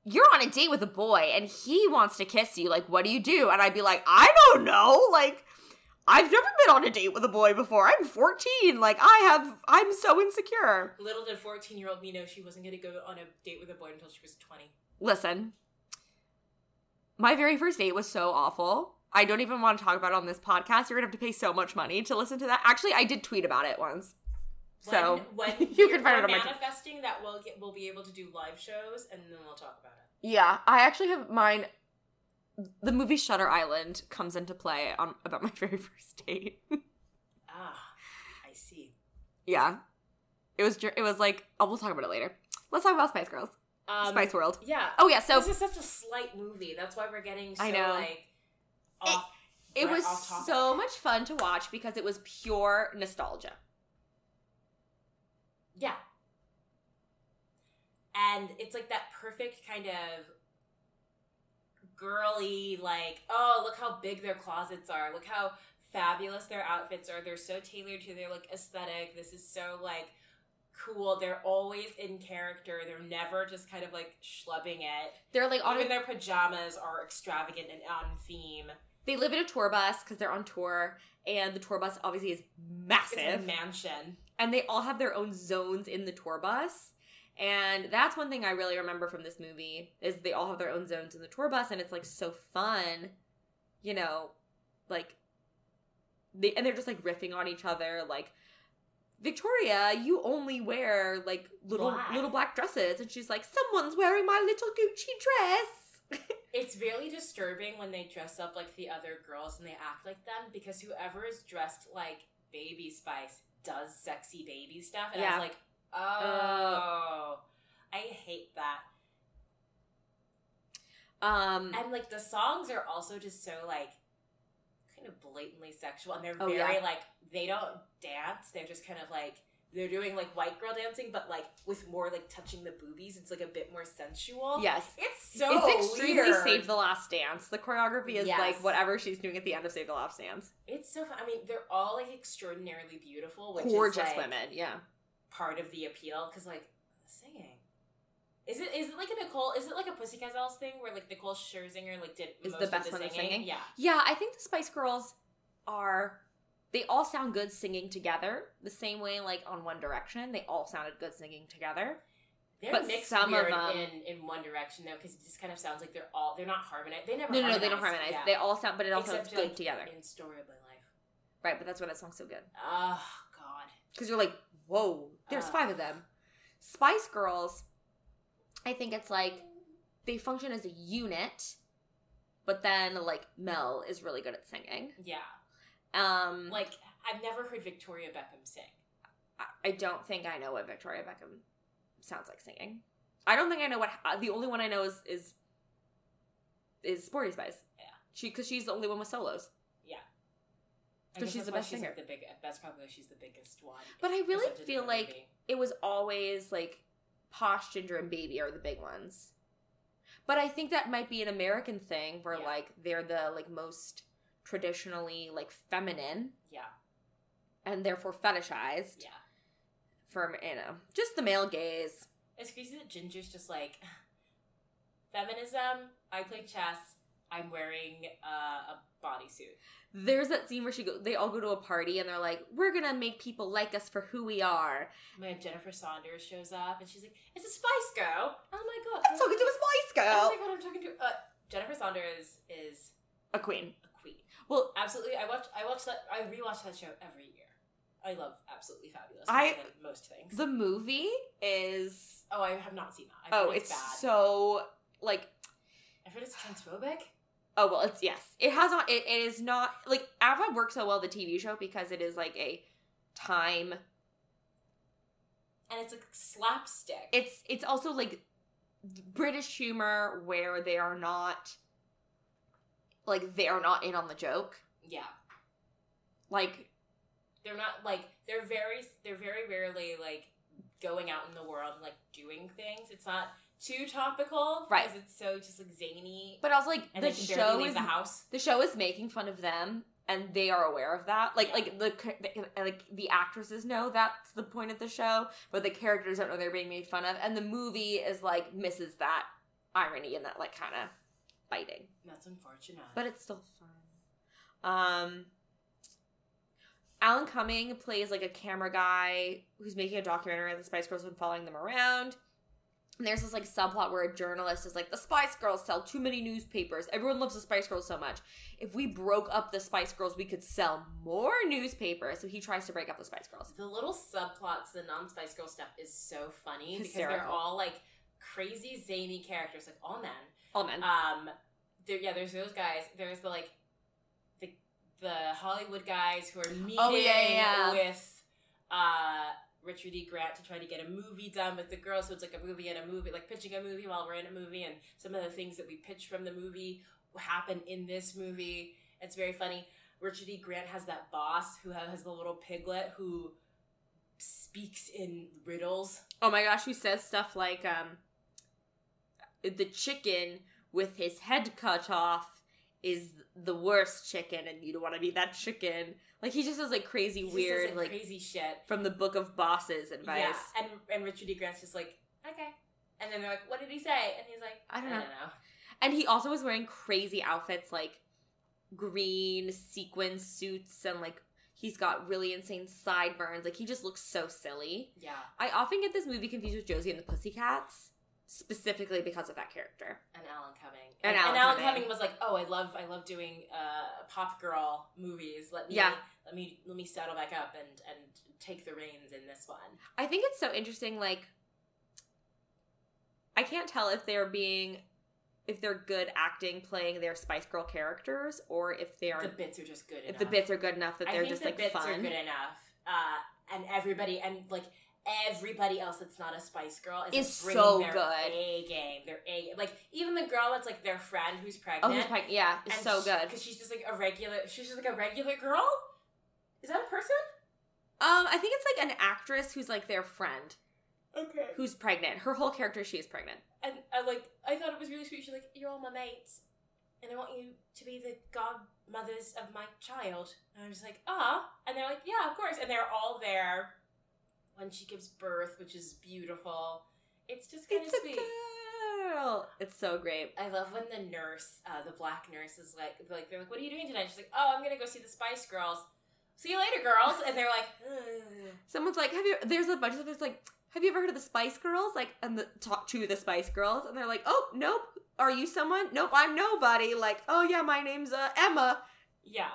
you're on a date with a boy and he wants to kiss you. Like, what do you do? And I'd be like, I don't know. Like, I've never been on a date with a boy before. I'm 14. Like, I have, I'm so insecure. Little did fourteen-year-old me know she wasn't going to go on a date with a boy until she was twenty. Listen, my very first date was so awful. I don't even want to talk about it on this podcast. You're gonna have to pay so much money to listen to that. Actually, I did tweet about it once. So [LAUGHS] when, when you we're- can find it we're on my. manifesting that we'll get we'll be able to do live shows and then we'll talk about it. yeah, I actually have mine. The movie Shutter Island comes into play on about [LAUGHS] my very first date. [LAUGHS] Ah, I see. yeah, it was. dur- It was like. Oh, we'll talk about it later. Let's talk about Spice Girls, Um, Spice World. Yeah. Oh yeah, so this is such a slight movie. That's why we're getting so I know. like off. it right was off topic. so much fun to watch because it was pure nostalgia. Yeah. And it's like that perfect kind of girly, like, oh, look how big their closets are. Look how fabulous their outfits are. They're so tailored to their like aesthetic. This is so like cool. They're always in character. They're never just kind of like schlubbing it. They're like on a Even their pajamas are extravagant and on theme. they live in a tour bus because they're on tour and the tour bus obviously is massive It's a mansion. and they all have their own zones in the tour bus and that's one thing i really remember from this movie is they all have their own zones in the tour bus and it's like so fun you know like they and they're just like riffing on each other like Victoria, you only wear like little Black. little black dresses, and she's like, "Someone's wearing my little Gucci dress." It's really disturbing when they dress up like the other girls and they act like them because whoever is dressed like Baby Spice does sexy baby stuff. And I Yeah. was like, oh, I hate that. Um, And like the songs are also just so like kind of blatantly sexual and they're Oh, very like, they don't dance. They're just kind of like, they're doing like white girl dancing, but like with more like touching the boobies. It's like a bit more sensual. yes, It's so it's extremely weird. Save the Last Dance. The choreography is Yes. like whatever she's doing at the end of Save the Last Dance. It's so. Fun. I mean, they're all like extraordinarily beautiful, which Gorgeous is like, women, yeah. Part of the appeal, because like singing, is it is it like a Nicole? Is it like a Pussy Dolls thing where like Nicole Scherzinger like did Is most the of best the one singing? at singing? Yeah, Yeah, I think the Spice Girls are they all sound good singing together. The same way like on One Direction, they all sounded good singing together. they're But mixed some of weird them- in in One Direction though, because it just kind of sounds like they're all they're not harmonized. They never No, no, no, they don't harmonize, harmonize. yeah. They all sound but it all Except sounds for, good like, together. in Story of My Life. Right, but that's why that song's so good. Oh God, Because you're like, whoa, there's Uh. five of them. Spice Girls, I think it's like they function as a unit, but then like Mel is really good at singing. yeah, Um, like like I've never heard Victoria Beckham sing. I don't think I know what Victoria Beckham sounds like singing. I don't think I know what uh, the only one I know is is is Sporty Spice. Yeah. she because she's the only one with solos. I 'Cause guess she's that's the why best she's, like, singer. the big, that's probably why she's the biggest one. But I really presented in feel the like movie. it was always like Posh, Ginger, and Baby are the big ones. But I think that might be an American thing where Yeah. like they're the like most traditionally like feminine yeah, and therefore fetishized yeah. from you know just the male gaze. It's crazy that Ginger's just like feminism. I play chess. I'm wearing uh, a bodysuit. there's that scene where she go, they all go to a party and they're like, "We're gonna make people like us for who we are." My Jennifer Saunders shows up and she's like, "It's a Spice Girl." Oh my god! I'm talking to a Spice Oh Girl, my god! I'm talking to uh, Jennifer Saunders is a queen. a queen. Well, Absolutely. I watch. I watch that. I rewatch that show every year. I love absolutely fabulous. I- more than most things. the movie is oh, I have not seen that. I've oh, heard it's, it's, bad. so like I've heard it's transphobic. oh well, it's yes, it has not. It, it is not like Ava works so well the TV show because it is like a time and it's like slapstick. It's it's also like British humor where they are not like they are not in on the joke. yeah. Like They're not like they're very they're very rarely like going out in the world and like doing things. It's not too topical Right. because it's so just like zany. but also like and the they can barely show leave is the house. the show is making fun of them and they are aware of that like Yeah. like the ca- the- like the actresses know that's the point of the show but the characters don't know they're being made fun of and the movie is like misses that irony and that like kind of biting That's unfortunate. but it's still fun um alan cumming plays like a camera guy who's making a documentary on the spice girls and following them around and there's this like subplot where a journalist is like, the Spice Girls sell too many newspapers. Everyone loves the Spice Girls so much. If we broke up the Spice Girls, we could sell more newspapers. So he tries to break up the Spice Girls. the little subplots, the non Spice Girl stuff is so funny because they're Hysterical. all like crazy zany characters, like all men. All men. Um, there, yeah, there's those guys. There's the like the the Hollywood guys who are meeting Oh, yeah, yeah, yeah. with uh Richard E. Grant to try to get a movie done with the girls. So it's like a movie and a movie, like pitching a movie while we're in a movie, and some of the things that we pitch from the movie happen in this movie. It's very funny. Richard E. Grant has that boss who has the little piglet who speaks in riddles. oh my gosh, he says stuff like, um, the chicken with his head cut off is the worst chicken and you don't want to be that chicken. Like he just says like crazy He just says, weird, like, like crazy shit. from the book of bosses advice. Yeah, and and Richard E. Grant's just like, okay. And then they're like, what did he say? And he's like, I don't know." And he also was wearing crazy outfits like green sequin suits and like he's got really insane sideburns. Like he just looks so silly. Yeah, I often get this movie confused with Josie and the Pussycats specifically because of that character. and Alan Cumming. And Alan Cumming. Cumming was like, oh, I love I love doing uh, pop girl movies. Let me Yeah. let me let me saddle back up and and take the reins in this one. I think it's so interesting like I can't tell if they're being if they're good acting playing their Spice Girl characters or if they are The bits are just good. if enough. the bits are good enough that I they're think just the like bits fun. are good enough. Uh, and everybody and like. Everybody else that's not a Spice Girl is, like, Is bringing so their good. A game, their A game. Like even the girl that's like their friend who's Oh, pregnant, he's like, yeah, it's so good. because she's just like a regular. She's just like a regular girl. Is that a person? Um, I think it's like an actress who's like their friend Okay. who's pregnant. Her whole character, she is pregnant. And I like. I thought it was really sweet. She's like, "You're all my mates, and I want you to be the godmothers of my child." And I'm just like, "Ah!" And they're like, "Yeah, of course." And they're all there when she gives birth, which is beautiful. It's just kind of It's a sweet. girl. It's so great. I love when the nurse, uh, the black nurse, is like, like they're like, "What are you doing tonight?" She's like, "Oh, I'm gonna go see the Spice Girls." See you later, girls. And they're like, "Ugh." Someone's like, have you? There's a bunch of it's like, have you ever heard of the Spice Girls? Like, and the talk to the Spice Girls, and they're like, oh, nope. Are you someone? Nope, I'm nobody. Like, oh yeah, my name's uh, Emma. Yeah.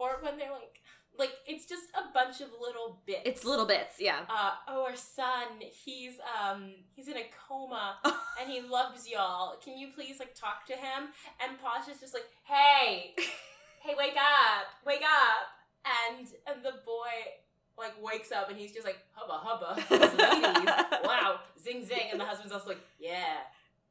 Or when they're like, like it's just a bunch of little bits. It's little bits, yeah. Uh, oh, our son, he's um, he's in a [LAUGHS] coma and he loves y'all. Can you please like talk to him? And Pasha's just like, [LAUGHS] hey, hey, wake up, wake up. And and the boy like wakes up and he's just like hubba [LAUGHS] hubba, these ladies, wow, zing zing. And the husband's also like, yeah,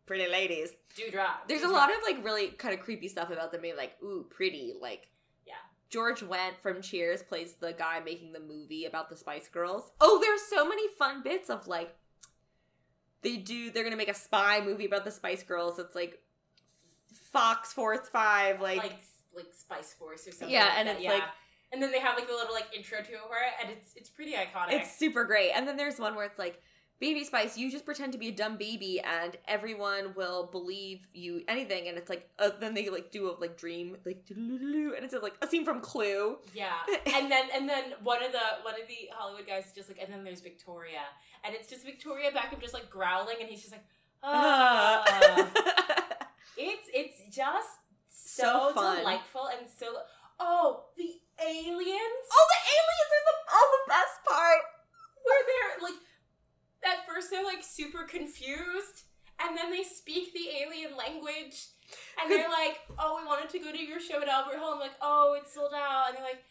Pretty ladies. do drop. There's a lot of like really kind of creepy stuff about them being like, ooh, pretty. Like, Yeah. George Wendt from Cheers plays the guy making the movie about the Spice Girls. Oh, there's so many fun bits of like, they do, they're gonna make a spy movie about the Spice Girls. It's like Fox Force 5, like, like like Spice Force or something. Yeah, like and that, it's yeah. like- and then they have like the little like intro to it where, and it's it's pretty iconic. it's super great. And then there's one where it's like, Baby Spice, you just pretend to be a dumb baby, and everyone will believe you anything. And it's like, uh, then they like do a like dream, like, doo-doo-doo-doo, and it's like a scene from Clue. [LAUGHS] [LAUGHS] yeah, and then and then one of the one of the Hollywood guys is just like, and then there's Victoria, and it's just Victoria Beckham just like growling, and he's just [LAUGHS] like, ah. it's it's just so, So fun. delightful and so. Oh, the aliens! All the aliens are the all the best part. where they're like at first they're like super confused and then they speak the alien language and they're like oh we wanted to go to your show at albert hall i'm like oh it's sold out and they're like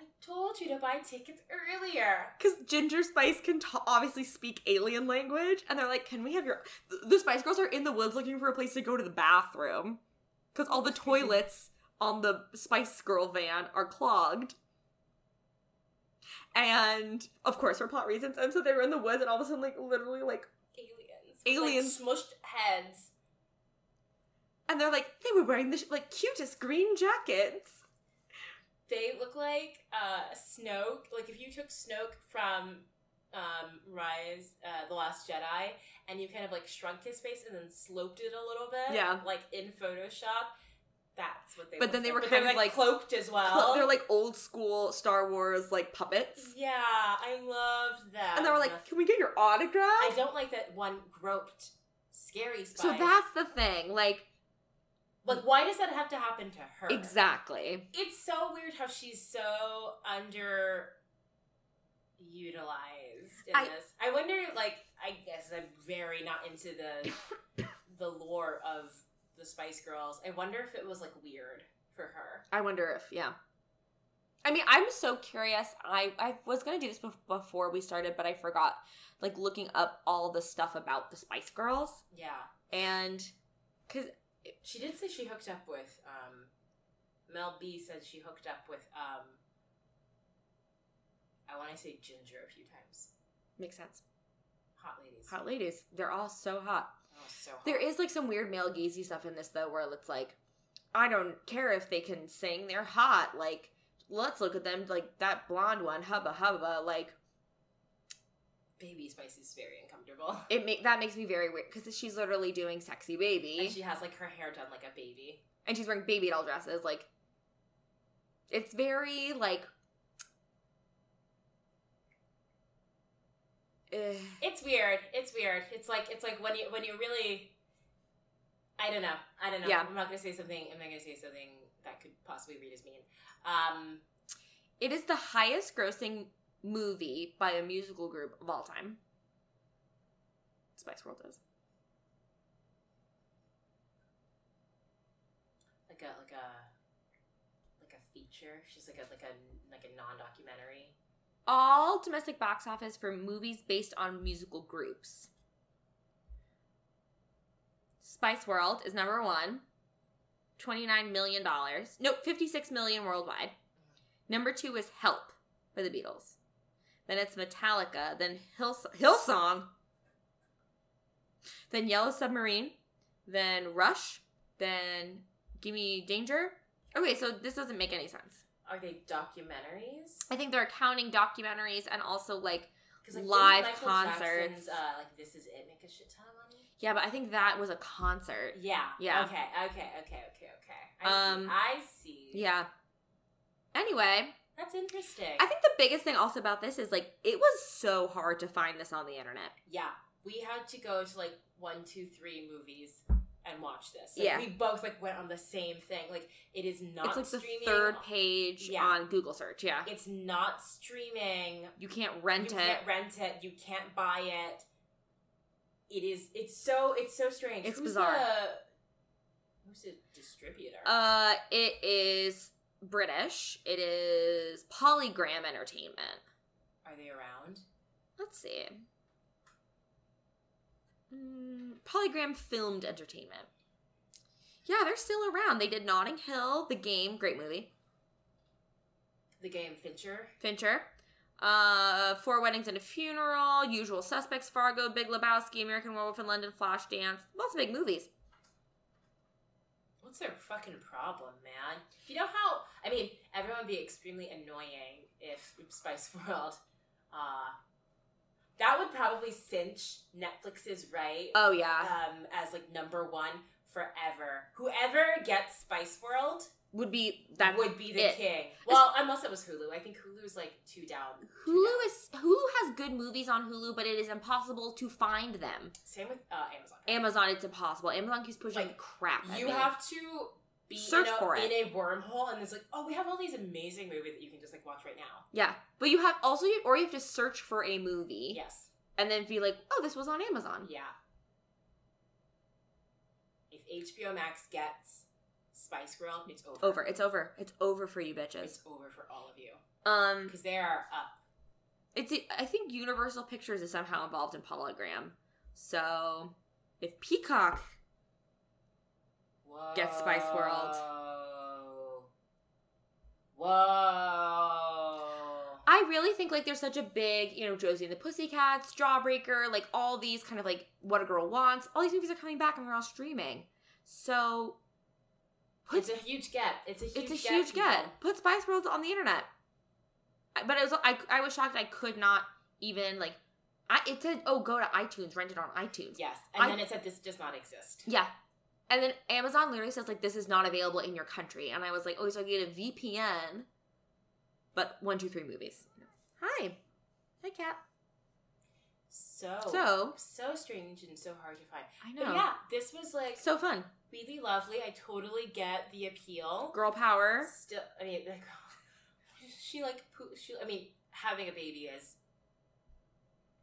i told you to buy tickets earlier. Because Ginger Spice can t- obviously speak alien language, and they're like, "Can we have your?" Th- The Spice Girls are in the woods looking for a place to go to the bathroom, because [LAUGHS] all the toilets on the Spice Girl van are clogged. And of course, for plot reasons, and so they were in the woods, and all of a sudden, like literally, like, Aliens. with, Aliens. Like, smushed heads. and they're like, they were wearing the sh- like cutest green jackets. They look like uh, Snoke. Like if you took Snoke from um, Rise, uh, the Last Jedi, and you kind of like shrunk his face and then sloped it a little bit, Yeah. like in Photoshop. That's what they. But then look they like. were But kind they're, of, like, cloaked as well. They're like old school Star Wars like puppets, yeah, I loved that. and they were like, "Can we get your autograph?" I don't like that one groped scary spice. So that's the thing. Like, like, why does that have to happen to her? exactly. It's so weird how she's so underutilized in I- this. I wonder, like, I guess I'm very not into the the lore of the Spice Girls. I wonder if it was like weird for her. I wonder if, yeah. I mean, I'm so curious. I, I was going to do this bef- before we started, but I forgot, like, looking up all the stuff about the Spice Girls. Yeah, And, because, she did say she hooked up with um, Mel B. Said she hooked up with um, I want to say Ginger a few times. makes sense. Hot ladies. Hot ladies. They're all so hot. Oh, so hot. There is, like, some weird male gazy stuff in this, though, where it's like, I don't care if they can sing. They're hot. Like, let's look at them. Like, that blonde one, hubba hubba. Like, baby spice is very uncomfortable. it make that makes me very weird because she's literally doing sexy baby And she has like her hair done like a baby. and she's wearing baby doll dresses like it's very like eh, It's weird. It's weird. It's like it's like when you when you really I don't know. I don't know. Yeah. I'm not gonna say something I'm not gonna say something that could possibly read as mean. Um it is the highest grossing movie by a musical group of all time spice world is like a like a like a feature. She's like a like a like a non documentary. all domestic box office for movies based on musical groups spice world is number one 29 million dollars nope 56 million worldwide number two is help by the beatles then it's metallica then Hills- hillsong then yellow submarine then rush then gimme danger okay so this doesn't make any sense Are they documentaries? I think they're counting documentaries and also like Because like Live didn't Michael concerts. Jackson's, uh, like this is it make a shit ton of money. yeah, but I think that was a concert. Yeah. Yeah. Okay. Okay. Okay. Okay. Okay. I see. Um, I see. Yeah. Anyway, That's interesting. I think the biggest thing also about this is like it was so hard to find this on the internet. yeah, we had to go to like one, two, three movies and watch this. Like, Yeah. we both like went on the same thing. Like it is not it's like the streaming. third page Yeah. on Google search. Yeah. It's not streaming. You can't rent you it. can't rent it. You can't buy it. It is. It's so. It's so strange. It's who's bizarre. The, who's the distributor? Uh it is British. It is Polygram Entertainment. Are they around? Let's see. Mm, Polygram Filmed Entertainment. Yeah, they're still around. They did Notting Hill, The Game, great movie. The game Fincher. Fincher. Uh, Four Weddings and a Funeral, Usual Suspects, Fargo, Big Lebowski, American Werewolf in London, Flashdance. Lots of big movies. What's their fucking problem, man? You know how I mean, everyone would be extremely annoying if Spice [LAUGHS] World uh that would probably cinch Netflix's right Oh, yeah. um as like number one forever. Whoever gets Spice World Would be that. would be the it. king. Well, unless it was Hulu. I think Hulu's like two down. two Hulu down. is Hulu has good movies on Hulu, but it is impossible to find them. same with uh, Amazon. Amazon, it's impossible. Amazon keeps pushing Like, crap. At you me. have to be Search in, a, for it. in a wormhole and it's like, oh, we have all these amazing movies that you can just like watch right now. Yeah, but you have also you or you have to search for a movie Yes. and then be like, oh, this was on Amazon. Yeah. If HBO Max gets Spice Girl, it's over. Over. It's over. It's over for you It's bitches. over for all of you Um, because they are up. it's I think Universal Pictures is somehow involved in Polygram. So if Peacock Whoa. Get Spice World. Whoa. I really think like there's such a big, you know, Josie and the Pussycats, Jawbreaker, like all these kind of like What a Girl Wants. All these movies are coming back and they're all streaming. So put It's a huge get. It's a huge it's a get, huge people. get. Put Spice World on the internet. I- But it was I, I was shocked I could not even like I it said oh go to iTunes rent it on iTunes. Yes. And I- then it said this does not exist. Yeah. And then Amazon literally says like this is not available in your country, and I was like, oh, so I get a VPN, but one, two, three movies. Hi, hi, cat. So So so strange and so hard to find. I know, But yeah, this was like so fun. really lovely. I totally get the appeal. Girl power. Still, I mean, like, [LAUGHS] she like poo- she. I mean, having a baby is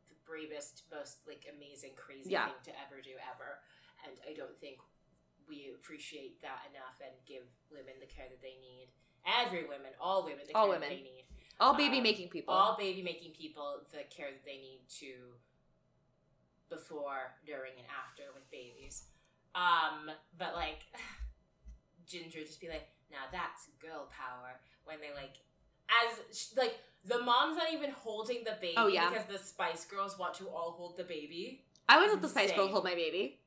the bravest, most like amazing, crazy Yeah. thing to ever do ever, and I don't think we appreciate that enough and give women the care that they need. Every women, all women, the All care that women. they need. All baby um, making people. All baby making people the care that they need to before, during, and after with babies. Um, but like [SIGHS] Ginger would just be like, now that's girl power when they like as sh- like the mom's not even holding the baby Oh, yeah. because the Spice Girls want to all hold the baby I would let the Spice Girl insane. hold my baby.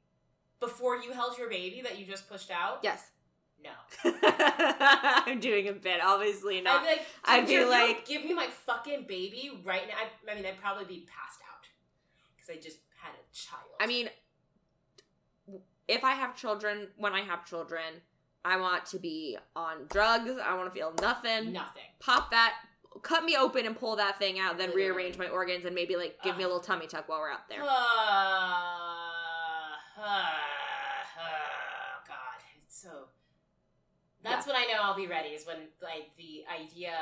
before you held your baby that you just pushed out. [LAUGHS] Yes. No, I'm doing a bit, obviously I'd not. be like, Ginger, I'd be if you don't like- give me my fucking baby right now. I, I mean, I'd probably be passed out because I just had a child. I mean, if I have children, when I have children, I want to be on drugs. I want to feel nothing. nothing. pop that cut me open and pull that thing out then Literally. rearrange my organs and maybe like give me a little tummy tuck while we're out uh, there Ah, ah, ah, God, it's so. That's when I know I'll be ready. Is when like the idea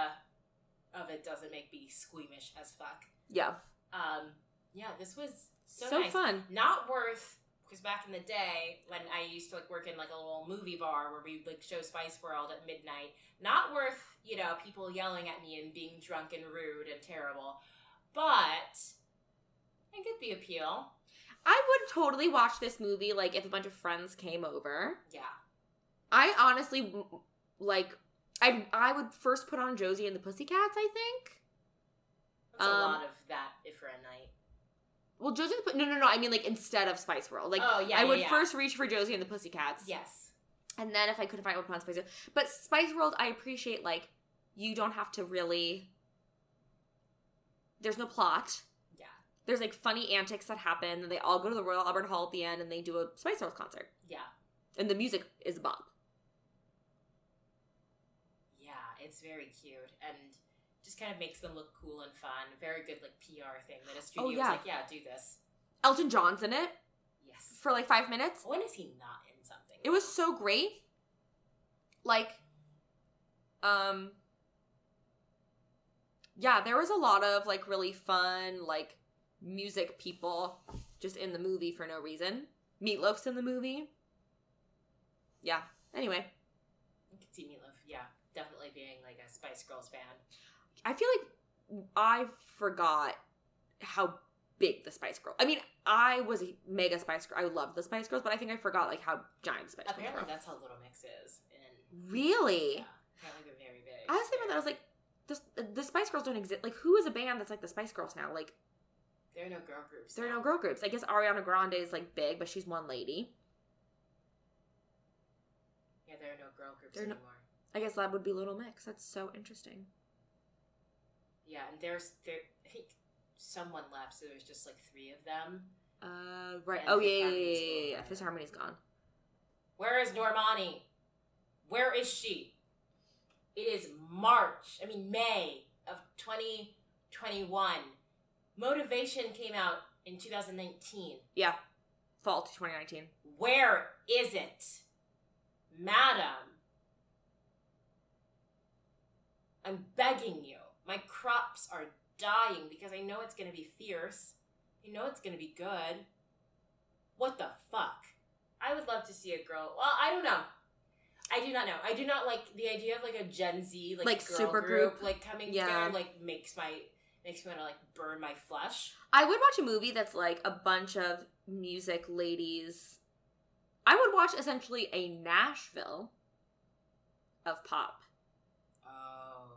of it doesn't make me squeamish as fuck. yeah Um, yeah, this was so, so, nice. fun Not worth because back in the day when I used to like work in like a little movie bar where we like show Spice World at midnight. Not worth you know people yelling at me and being drunk and rude and terrible, but I get the appeal. i would totally watch this movie like if a bunch of friends came over Yeah. i honestly w- like i i would first put on josie and the pussycats i think That's a Um, lot of that if for a night. well josie and the, Pu- no no no i mean like instead of spice world like oh yeah, I yeah, would yeah. first reach for Josie and the Pussycats. Yes. And then if I couldn't find one on Spice World. But Spice World, I appreciate, like, you don't have to really. There's no plot. Yeah. there's like funny antics that happen and they all go to the royal albert hall at the end and they do a spice girls concert Yeah. and the music is a bop Yeah. It's very cute and just kind of makes them look cool and fun. Very good like PR thing that a studio Oh, yeah. was like, yeah, do this. elton john's in it Yes. for like five minutes When is he not in something? it was so great like um yeah there was a lot of like really fun like music people just in the movie for no reason meatloaf's in the movie yeah anyway You could see Meatloaf. Yeah, definitely being like a Spice Girls fan. I feel like I forgot how big the Spice Girl. I mean, I was a mega Spice Girl. I loved the Spice Girls, but I think I forgot like how giant Spice Girls Apparently, were. that's how Little Mix is. And Really? yeah, apparently they're very big. I was thinking about that. I was like, the, the Spice Girls don't exist. Like, who is a band that's like the Spice Girls now? Like, there are no girl groups. there are now. no girl groups. I guess Ariana Grande is like big, but she's one lady. Yeah, there are no girl groups There are no- anymore. I guess that would be Little Mix. That's so interesting. Yeah, and there's there. I think someone left, so there's just like three of them. Uh, right. And Oh Fifth yeah, yeah, Harmony's yeah, yeah, gone. yeah. Fifth Harmony's gone. Where is Normani? Where is she? It is March, I mean, May of 2021. Motivation came out in 2019. Yeah, fall to 2019. Where is it? Madam, I'm begging you. My crops are dying because I know it's going to be fierce. I know it's going to be good. What the fuck? I would love to see a girl. Well, I don't know. I do not know. I do not like the idea of like a Gen Z like, Like, girl super group, group. like coming Yeah. together like makes my makes me want to like burn my flesh. I would watch a movie that's like a bunch of music ladies. I would watch essentially a Nashville of pop. Oh,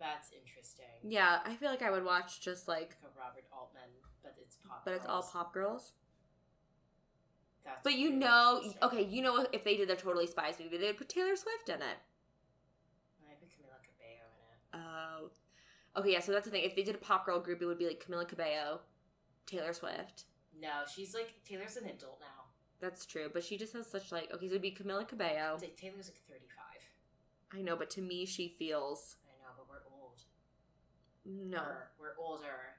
that's interesting. Yeah, I feel like I would watch just like, Like a Robert Altman, but it's pop. but it's all girls. pop girls. That's But you really know, interesting. okay, you know if they did the Totally Spies movie, they'd put Taylor Swift in it. I put Camila Cabello in it. Oh, okay, yeah. So that's the thing. If they did a pop girl group, it would be like Camila Cabello, Taylor Swift. No, she's like Taylor's an adult now. That's true, but she just has such like okay. So it'd be Camila Cabello. It's like Taylor's like thirty five. I know, but to me, she feels I know, but we're old. no. We're- We're older.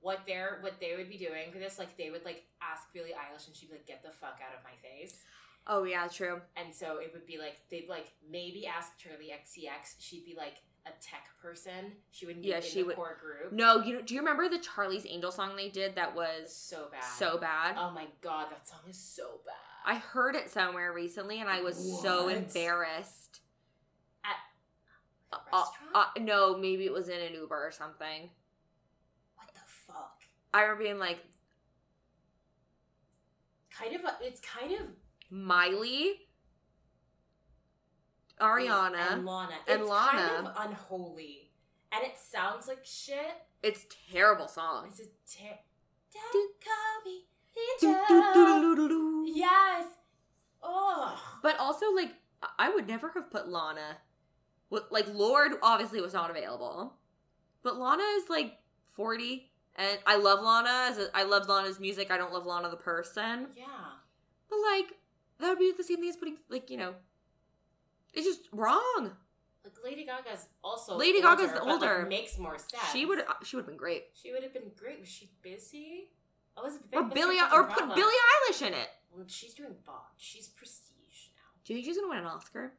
What they're what they would be doing for this, like they would like ask Billie Eilish and she'd be like, get the fuck out of my face. Oh yeah, true. And so it would be like they'd like maybe ask Charlie XCX, she'd be like a tech person. She wouldn't be Yeah, in she the would- core group. No, you know, do you remember the Charlie's Angel song they did that was So bad. so bad? Oh my god, that song is so bad. I heard it somewhere recently and I was so What? embarrassed. A Uh, restaurant? uh, no, maybe it was in an Uber or something. what the fuck? I remember being like, Kind of a, it's kind of Miley, Ariana. and Lana. and it's kind Lana. of unholy. And it sounds like shit. it's terrible song. It's a ter- Don't call me angel. Yeah. Yes. Oh. But also, like, I- I would never have put Lana. with- Like, Lord obviously was not available. But Lana is like 40. And I love Lana. As a, I love Lana's music. I don't love Lana the person. Yeah. But like that would be the same thing as putting like you know, it's just wrong. Like Lady Gaga's also Lady older, Gaga's but, like, older. makes more sense. She would uh, she would have been great. She would have been great. Was she busy? Elizabeth Or Banks Billie was or doing put drama. Billie Eilish in it. Well, she's doing Bond. She's prestige now. Do you think she's gonna win an Oscar?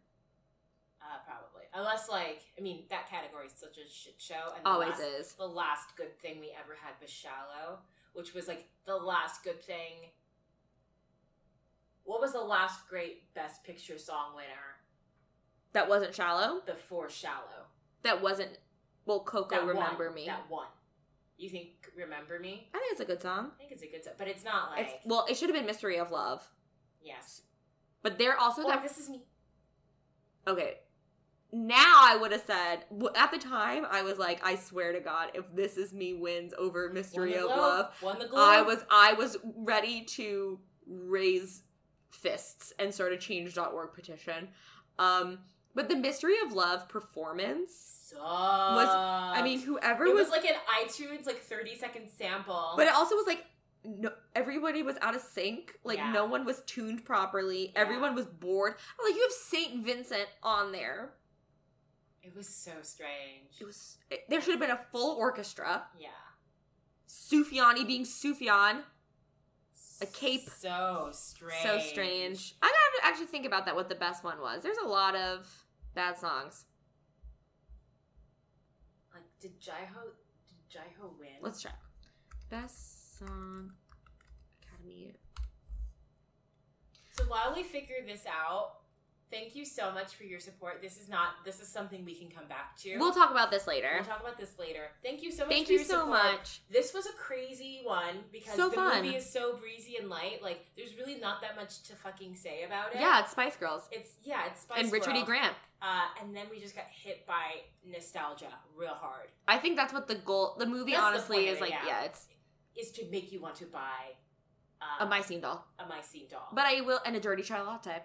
Uh, probably. Unless like I mean that category is such a shit show. And the Always last- is. the last good thing we ever had was shallow which was like the last good thing what was the last great best picture song winner That wasn't shallow. before shallow That wasn't well Coco that Remember one, Me. that one you think remember me I think it's a good song. i think it's a good song but it's not like It's well, it should have been Mystery of Love. yes But they're also or that Oh, this is me okay. Now I would have said w- at the time I was like I swear to God if this is me wins over Mystery won of the globe, Love won the globe I was I was ready to raise fists and start a change.org petition. Um but the mystery of love performance Sucks. I mean whoever it was, was like an itunes like 30 second sample but it also was like no, everybody was out of sync. Like Yeah. no one was tuned properly. Yeah. Everyone was bored. I'm like you have Saint Vincent on there. it was so strange It was it, there should have been a full orchestra. yeah Sufjani being Sufjan. A cape. So strange. So strange. I gotta actually think about that. What the best one was? There's a lot of bad songs. Like, did Jaiho did Jaiho win? Let's check. Best song Academy. so while we figure this out, thank you so much for your support. This is not. This is something we can come back to. We'll talk about this later. We'll talk about this later. Thank you so much. Thank for you your so support. much. This was a crazy one because So the fun. movie is so breezy and light. Like, there's really not that much to fucking say about it. Yeah, it's Spice Girls It's yeah, it's Spice and Richard E. Girl. Grant. Uh, and then we just got hit by nostalgia real hard. I think that's what the goal. The movie That's the honestly point of is it, like, yeah. yeah, it's Is to make you want to buy a uh, my scene doll. a my scene doll. But I will and a dirty chai latte.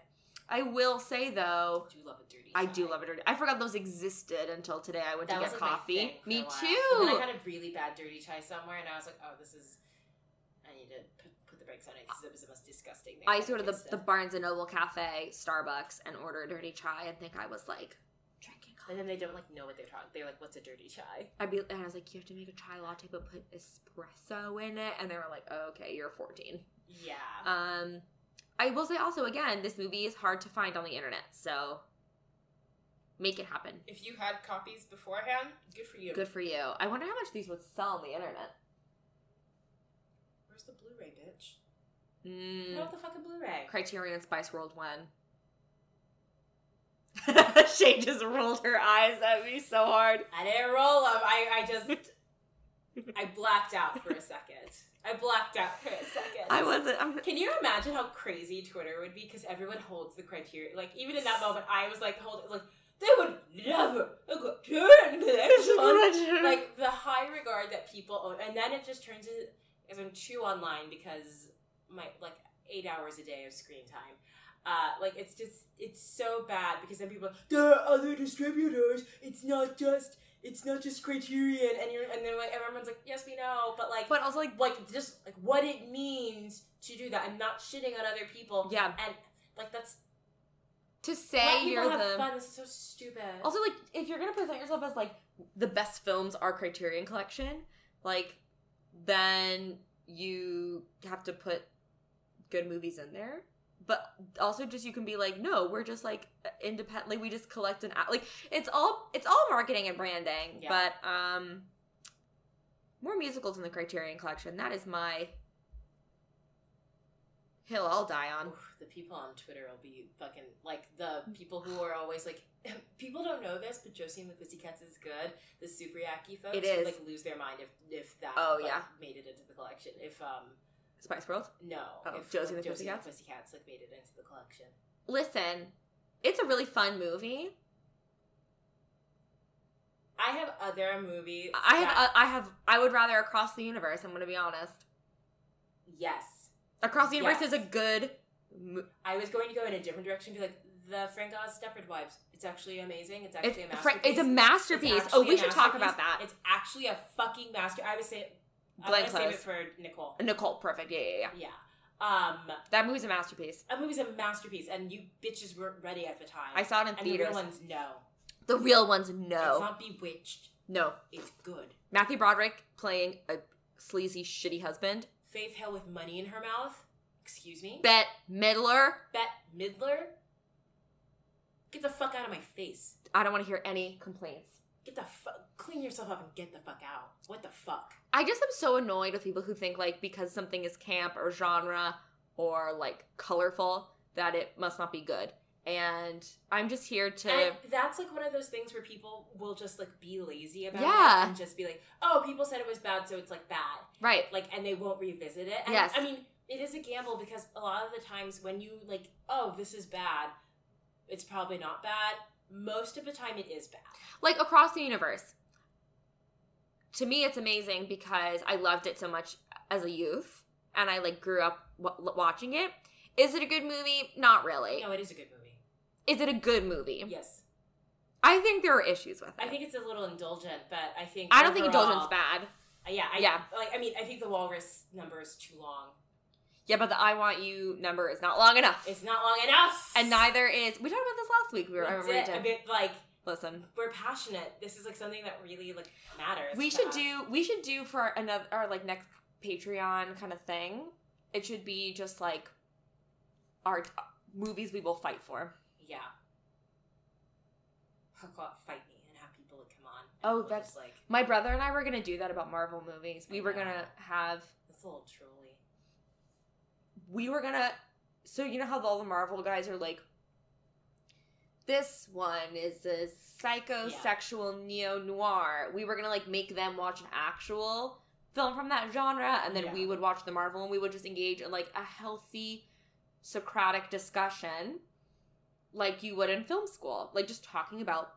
I will say though, I do love a dirty. I do love a dirty. I forgot those existed until today. I went That to was get like my thing coffee. for a Me while. But then I too. had a really bad dirty chai somewhere, and I was like, "Oh, this is. I need to put, put the brakes on it because it was the most disgusting thing." I I've used to go to the, tasted. the Barnes and Noble Cafe, Starbucks, and order a dirty chai and think I was like drinking coffee. And then they don't like know what they're talking. They're like, "What's a dirty chai?" I'd be, and I was like, you have to make a chai latte, but put espresso in it. And they were like, oh, okay, you're 14. Yeah. Um, I will say also, again, this movie is hard to find on the internet, so make it happen. if you had copies beforehand, good for you. Good for you. I wonder how much these would sell on the internet. Where's the Blu-ray, bitch? Put Mm. out the fucking Blu-ray. Criterion Spice World [LAUGHS] when. Shay just rolled her eyes at me so hard. I didn't roll up. I, I just, I blacked out for a second. I blacked out for a second. I wasn't. I'm, Can you imagine how crazy Twitter would be? Because everyone holds the criteria. Like even in that moment, I was like, hold like they would never look turn [LAUGHS] [LAUGHS] connection. like, [LAUGHS] Like the high regard that people own, and then it just turns into because I'm too online because my like eight hours a day of screen time. Uh, like it's just it's so bad because then people are, there are other distributors. It's not just it's not just Criterion, and you're and then like everyone's like yes we know, but like but also like, like just like what it means to do that and not shitting on other people yeah, and like that's To let say people you're have the fun this is so stupid Also, like, if you're gonna present yourself as like the best films are Criterion Collection, like, then you have to put good movies in there. But also, just you can be like, no, we're just like independent. Like, we just collect an like. It's all it's all marketing and branding. Yeah. But um, more musicals in the Criterion Collection. That is my hill. I'll die on. Oof, the people on twitter will be fucking like the people who are always like [LAUGHS] people don't know this but josie and the pussycats is good the super yaki folks It would, is. like lose their mind if if that Oh, like, yeah. made it into the collection if um Spice World. no Oh, if Josie and like, the Pussycats? pussycats like made it into the collection Listen, it's a really fun movie. i have other movies I that- have, I have, I would rather across the universe. I'm gonna be honest. yes Across the universe Yes. is a good. mo- I was going to go in a different direction, be like the Frank Oz Stepford Wives. It's actually amazing. It's It's actually a a, masterpiece. it's a masterpiece. It's oh, actually we a should talk masterpiece. about that. It's actually a fucking master. I would say I'm Blank gonna save it Close. for Nicole. Nicole, perfect. Yeah, yeah, yeah. Yeah. Um, That movie's a masterpiece. a movie's a masterpiece, and you bitches weren't ready at the time. I saw it in and the theaters. real ones no. the real ones, It's no, not Bewitched. no. It's good. Matthew Broderick playing a sleazy, shitty husband. Faith Hill with money in her mouth. Excuse me. Bet Midler. Bet Midler. Get the fuck out of my face. I don't want to hear any complaints. Get the fuck. Clean yourself up and get the fuck out. What the fuck? I just am so annoyed with people who think like because something is camp or genre or like colorful that it must not be good. And I'm just here to And that's like one of those things where people will just like be lazy about Yeah. it and just be like, "Oh, people said it was bad, so it's like bad." right. Like, and they won't revisit it. And, Yes. I mean, it is a gamble because a lot of the times when you like, "Oh, this is bad," it's probably not bad. Most of the time, it is bad. like across the universe. To me, it's amazing because I loved it so much as a youth, and I like grew up w- watching it. Is it a good movie? Not really. No, it is a good movie. Is it a good movie? Yes, I think there are issues with it. I think it's a little indulgent, but I think I don't think overall- uh, Indulgence bad. Yeah, I, Yeah. Like, I mean, I think the walrus number is too long. Yeah, but the I Want You number is not long enough, It's not long enough, and neither is we talked about this last week. We We were I remember we did did. a bit like. Listen, we're passionate. This is like something that really like matters. we to should us. do we should do for another our like next Patreon kind of thing. It should be just like our t- movies we will fight for. yeah. Hook up, fight me, and have people like, come on. and Oh, we'll that's- just, like My brother and I were gonna do that about Marvel movies. We I were know. gonna have that's a little trolly. we were gonna so you know how all the Marvel guys are like this one is a psychosexual neo noir. We were gonna like make them watch an actual film from that genre and then Yeah. we would watch the Marvel and we would just engage in like a healthy Socratic discussion like you would in film school. Like just talking about,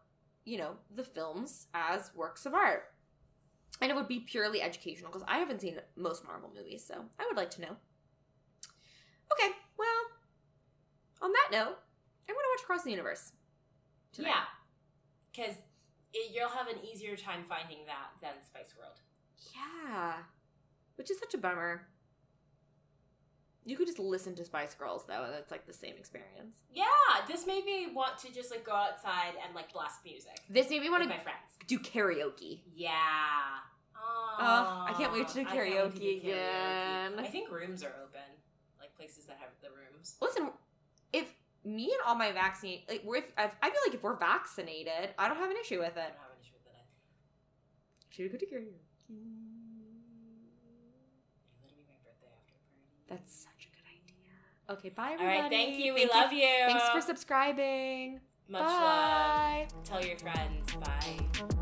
you know, the films as works of art. And it would be purely educational because I haven't seen most Marvel movies, so I would like to know. Okay, well, on that note, I'm gonna watch Across the Universe. tonight. Yeah, because you'll have an easier time finding that than Spice World. Yeah. Which is such a bummer. You could just listen to Spice Girls though, and it's like the same experience. Yeah, this made me want to just like go outside and like blast music This made me want with to my friends. do karaoke. Yeah. Ugh, I can't wait to do Aw, I can't wait to do karaoke karaoke. again. I think rooms are open, like places that have the rooms. Listen, if me and all my vaccine, like, we're, if, if, I feel like if we're vaccinated, I don't have an issue with I it. don't have an issue with that. Should we go to karaoke? It'll be my birthday after party. That's such a good idea. Okay, bye All everybody. right, thank you. We Thank love you. Thanks for subscribing. Much love. bye. Tell your friends. Bye.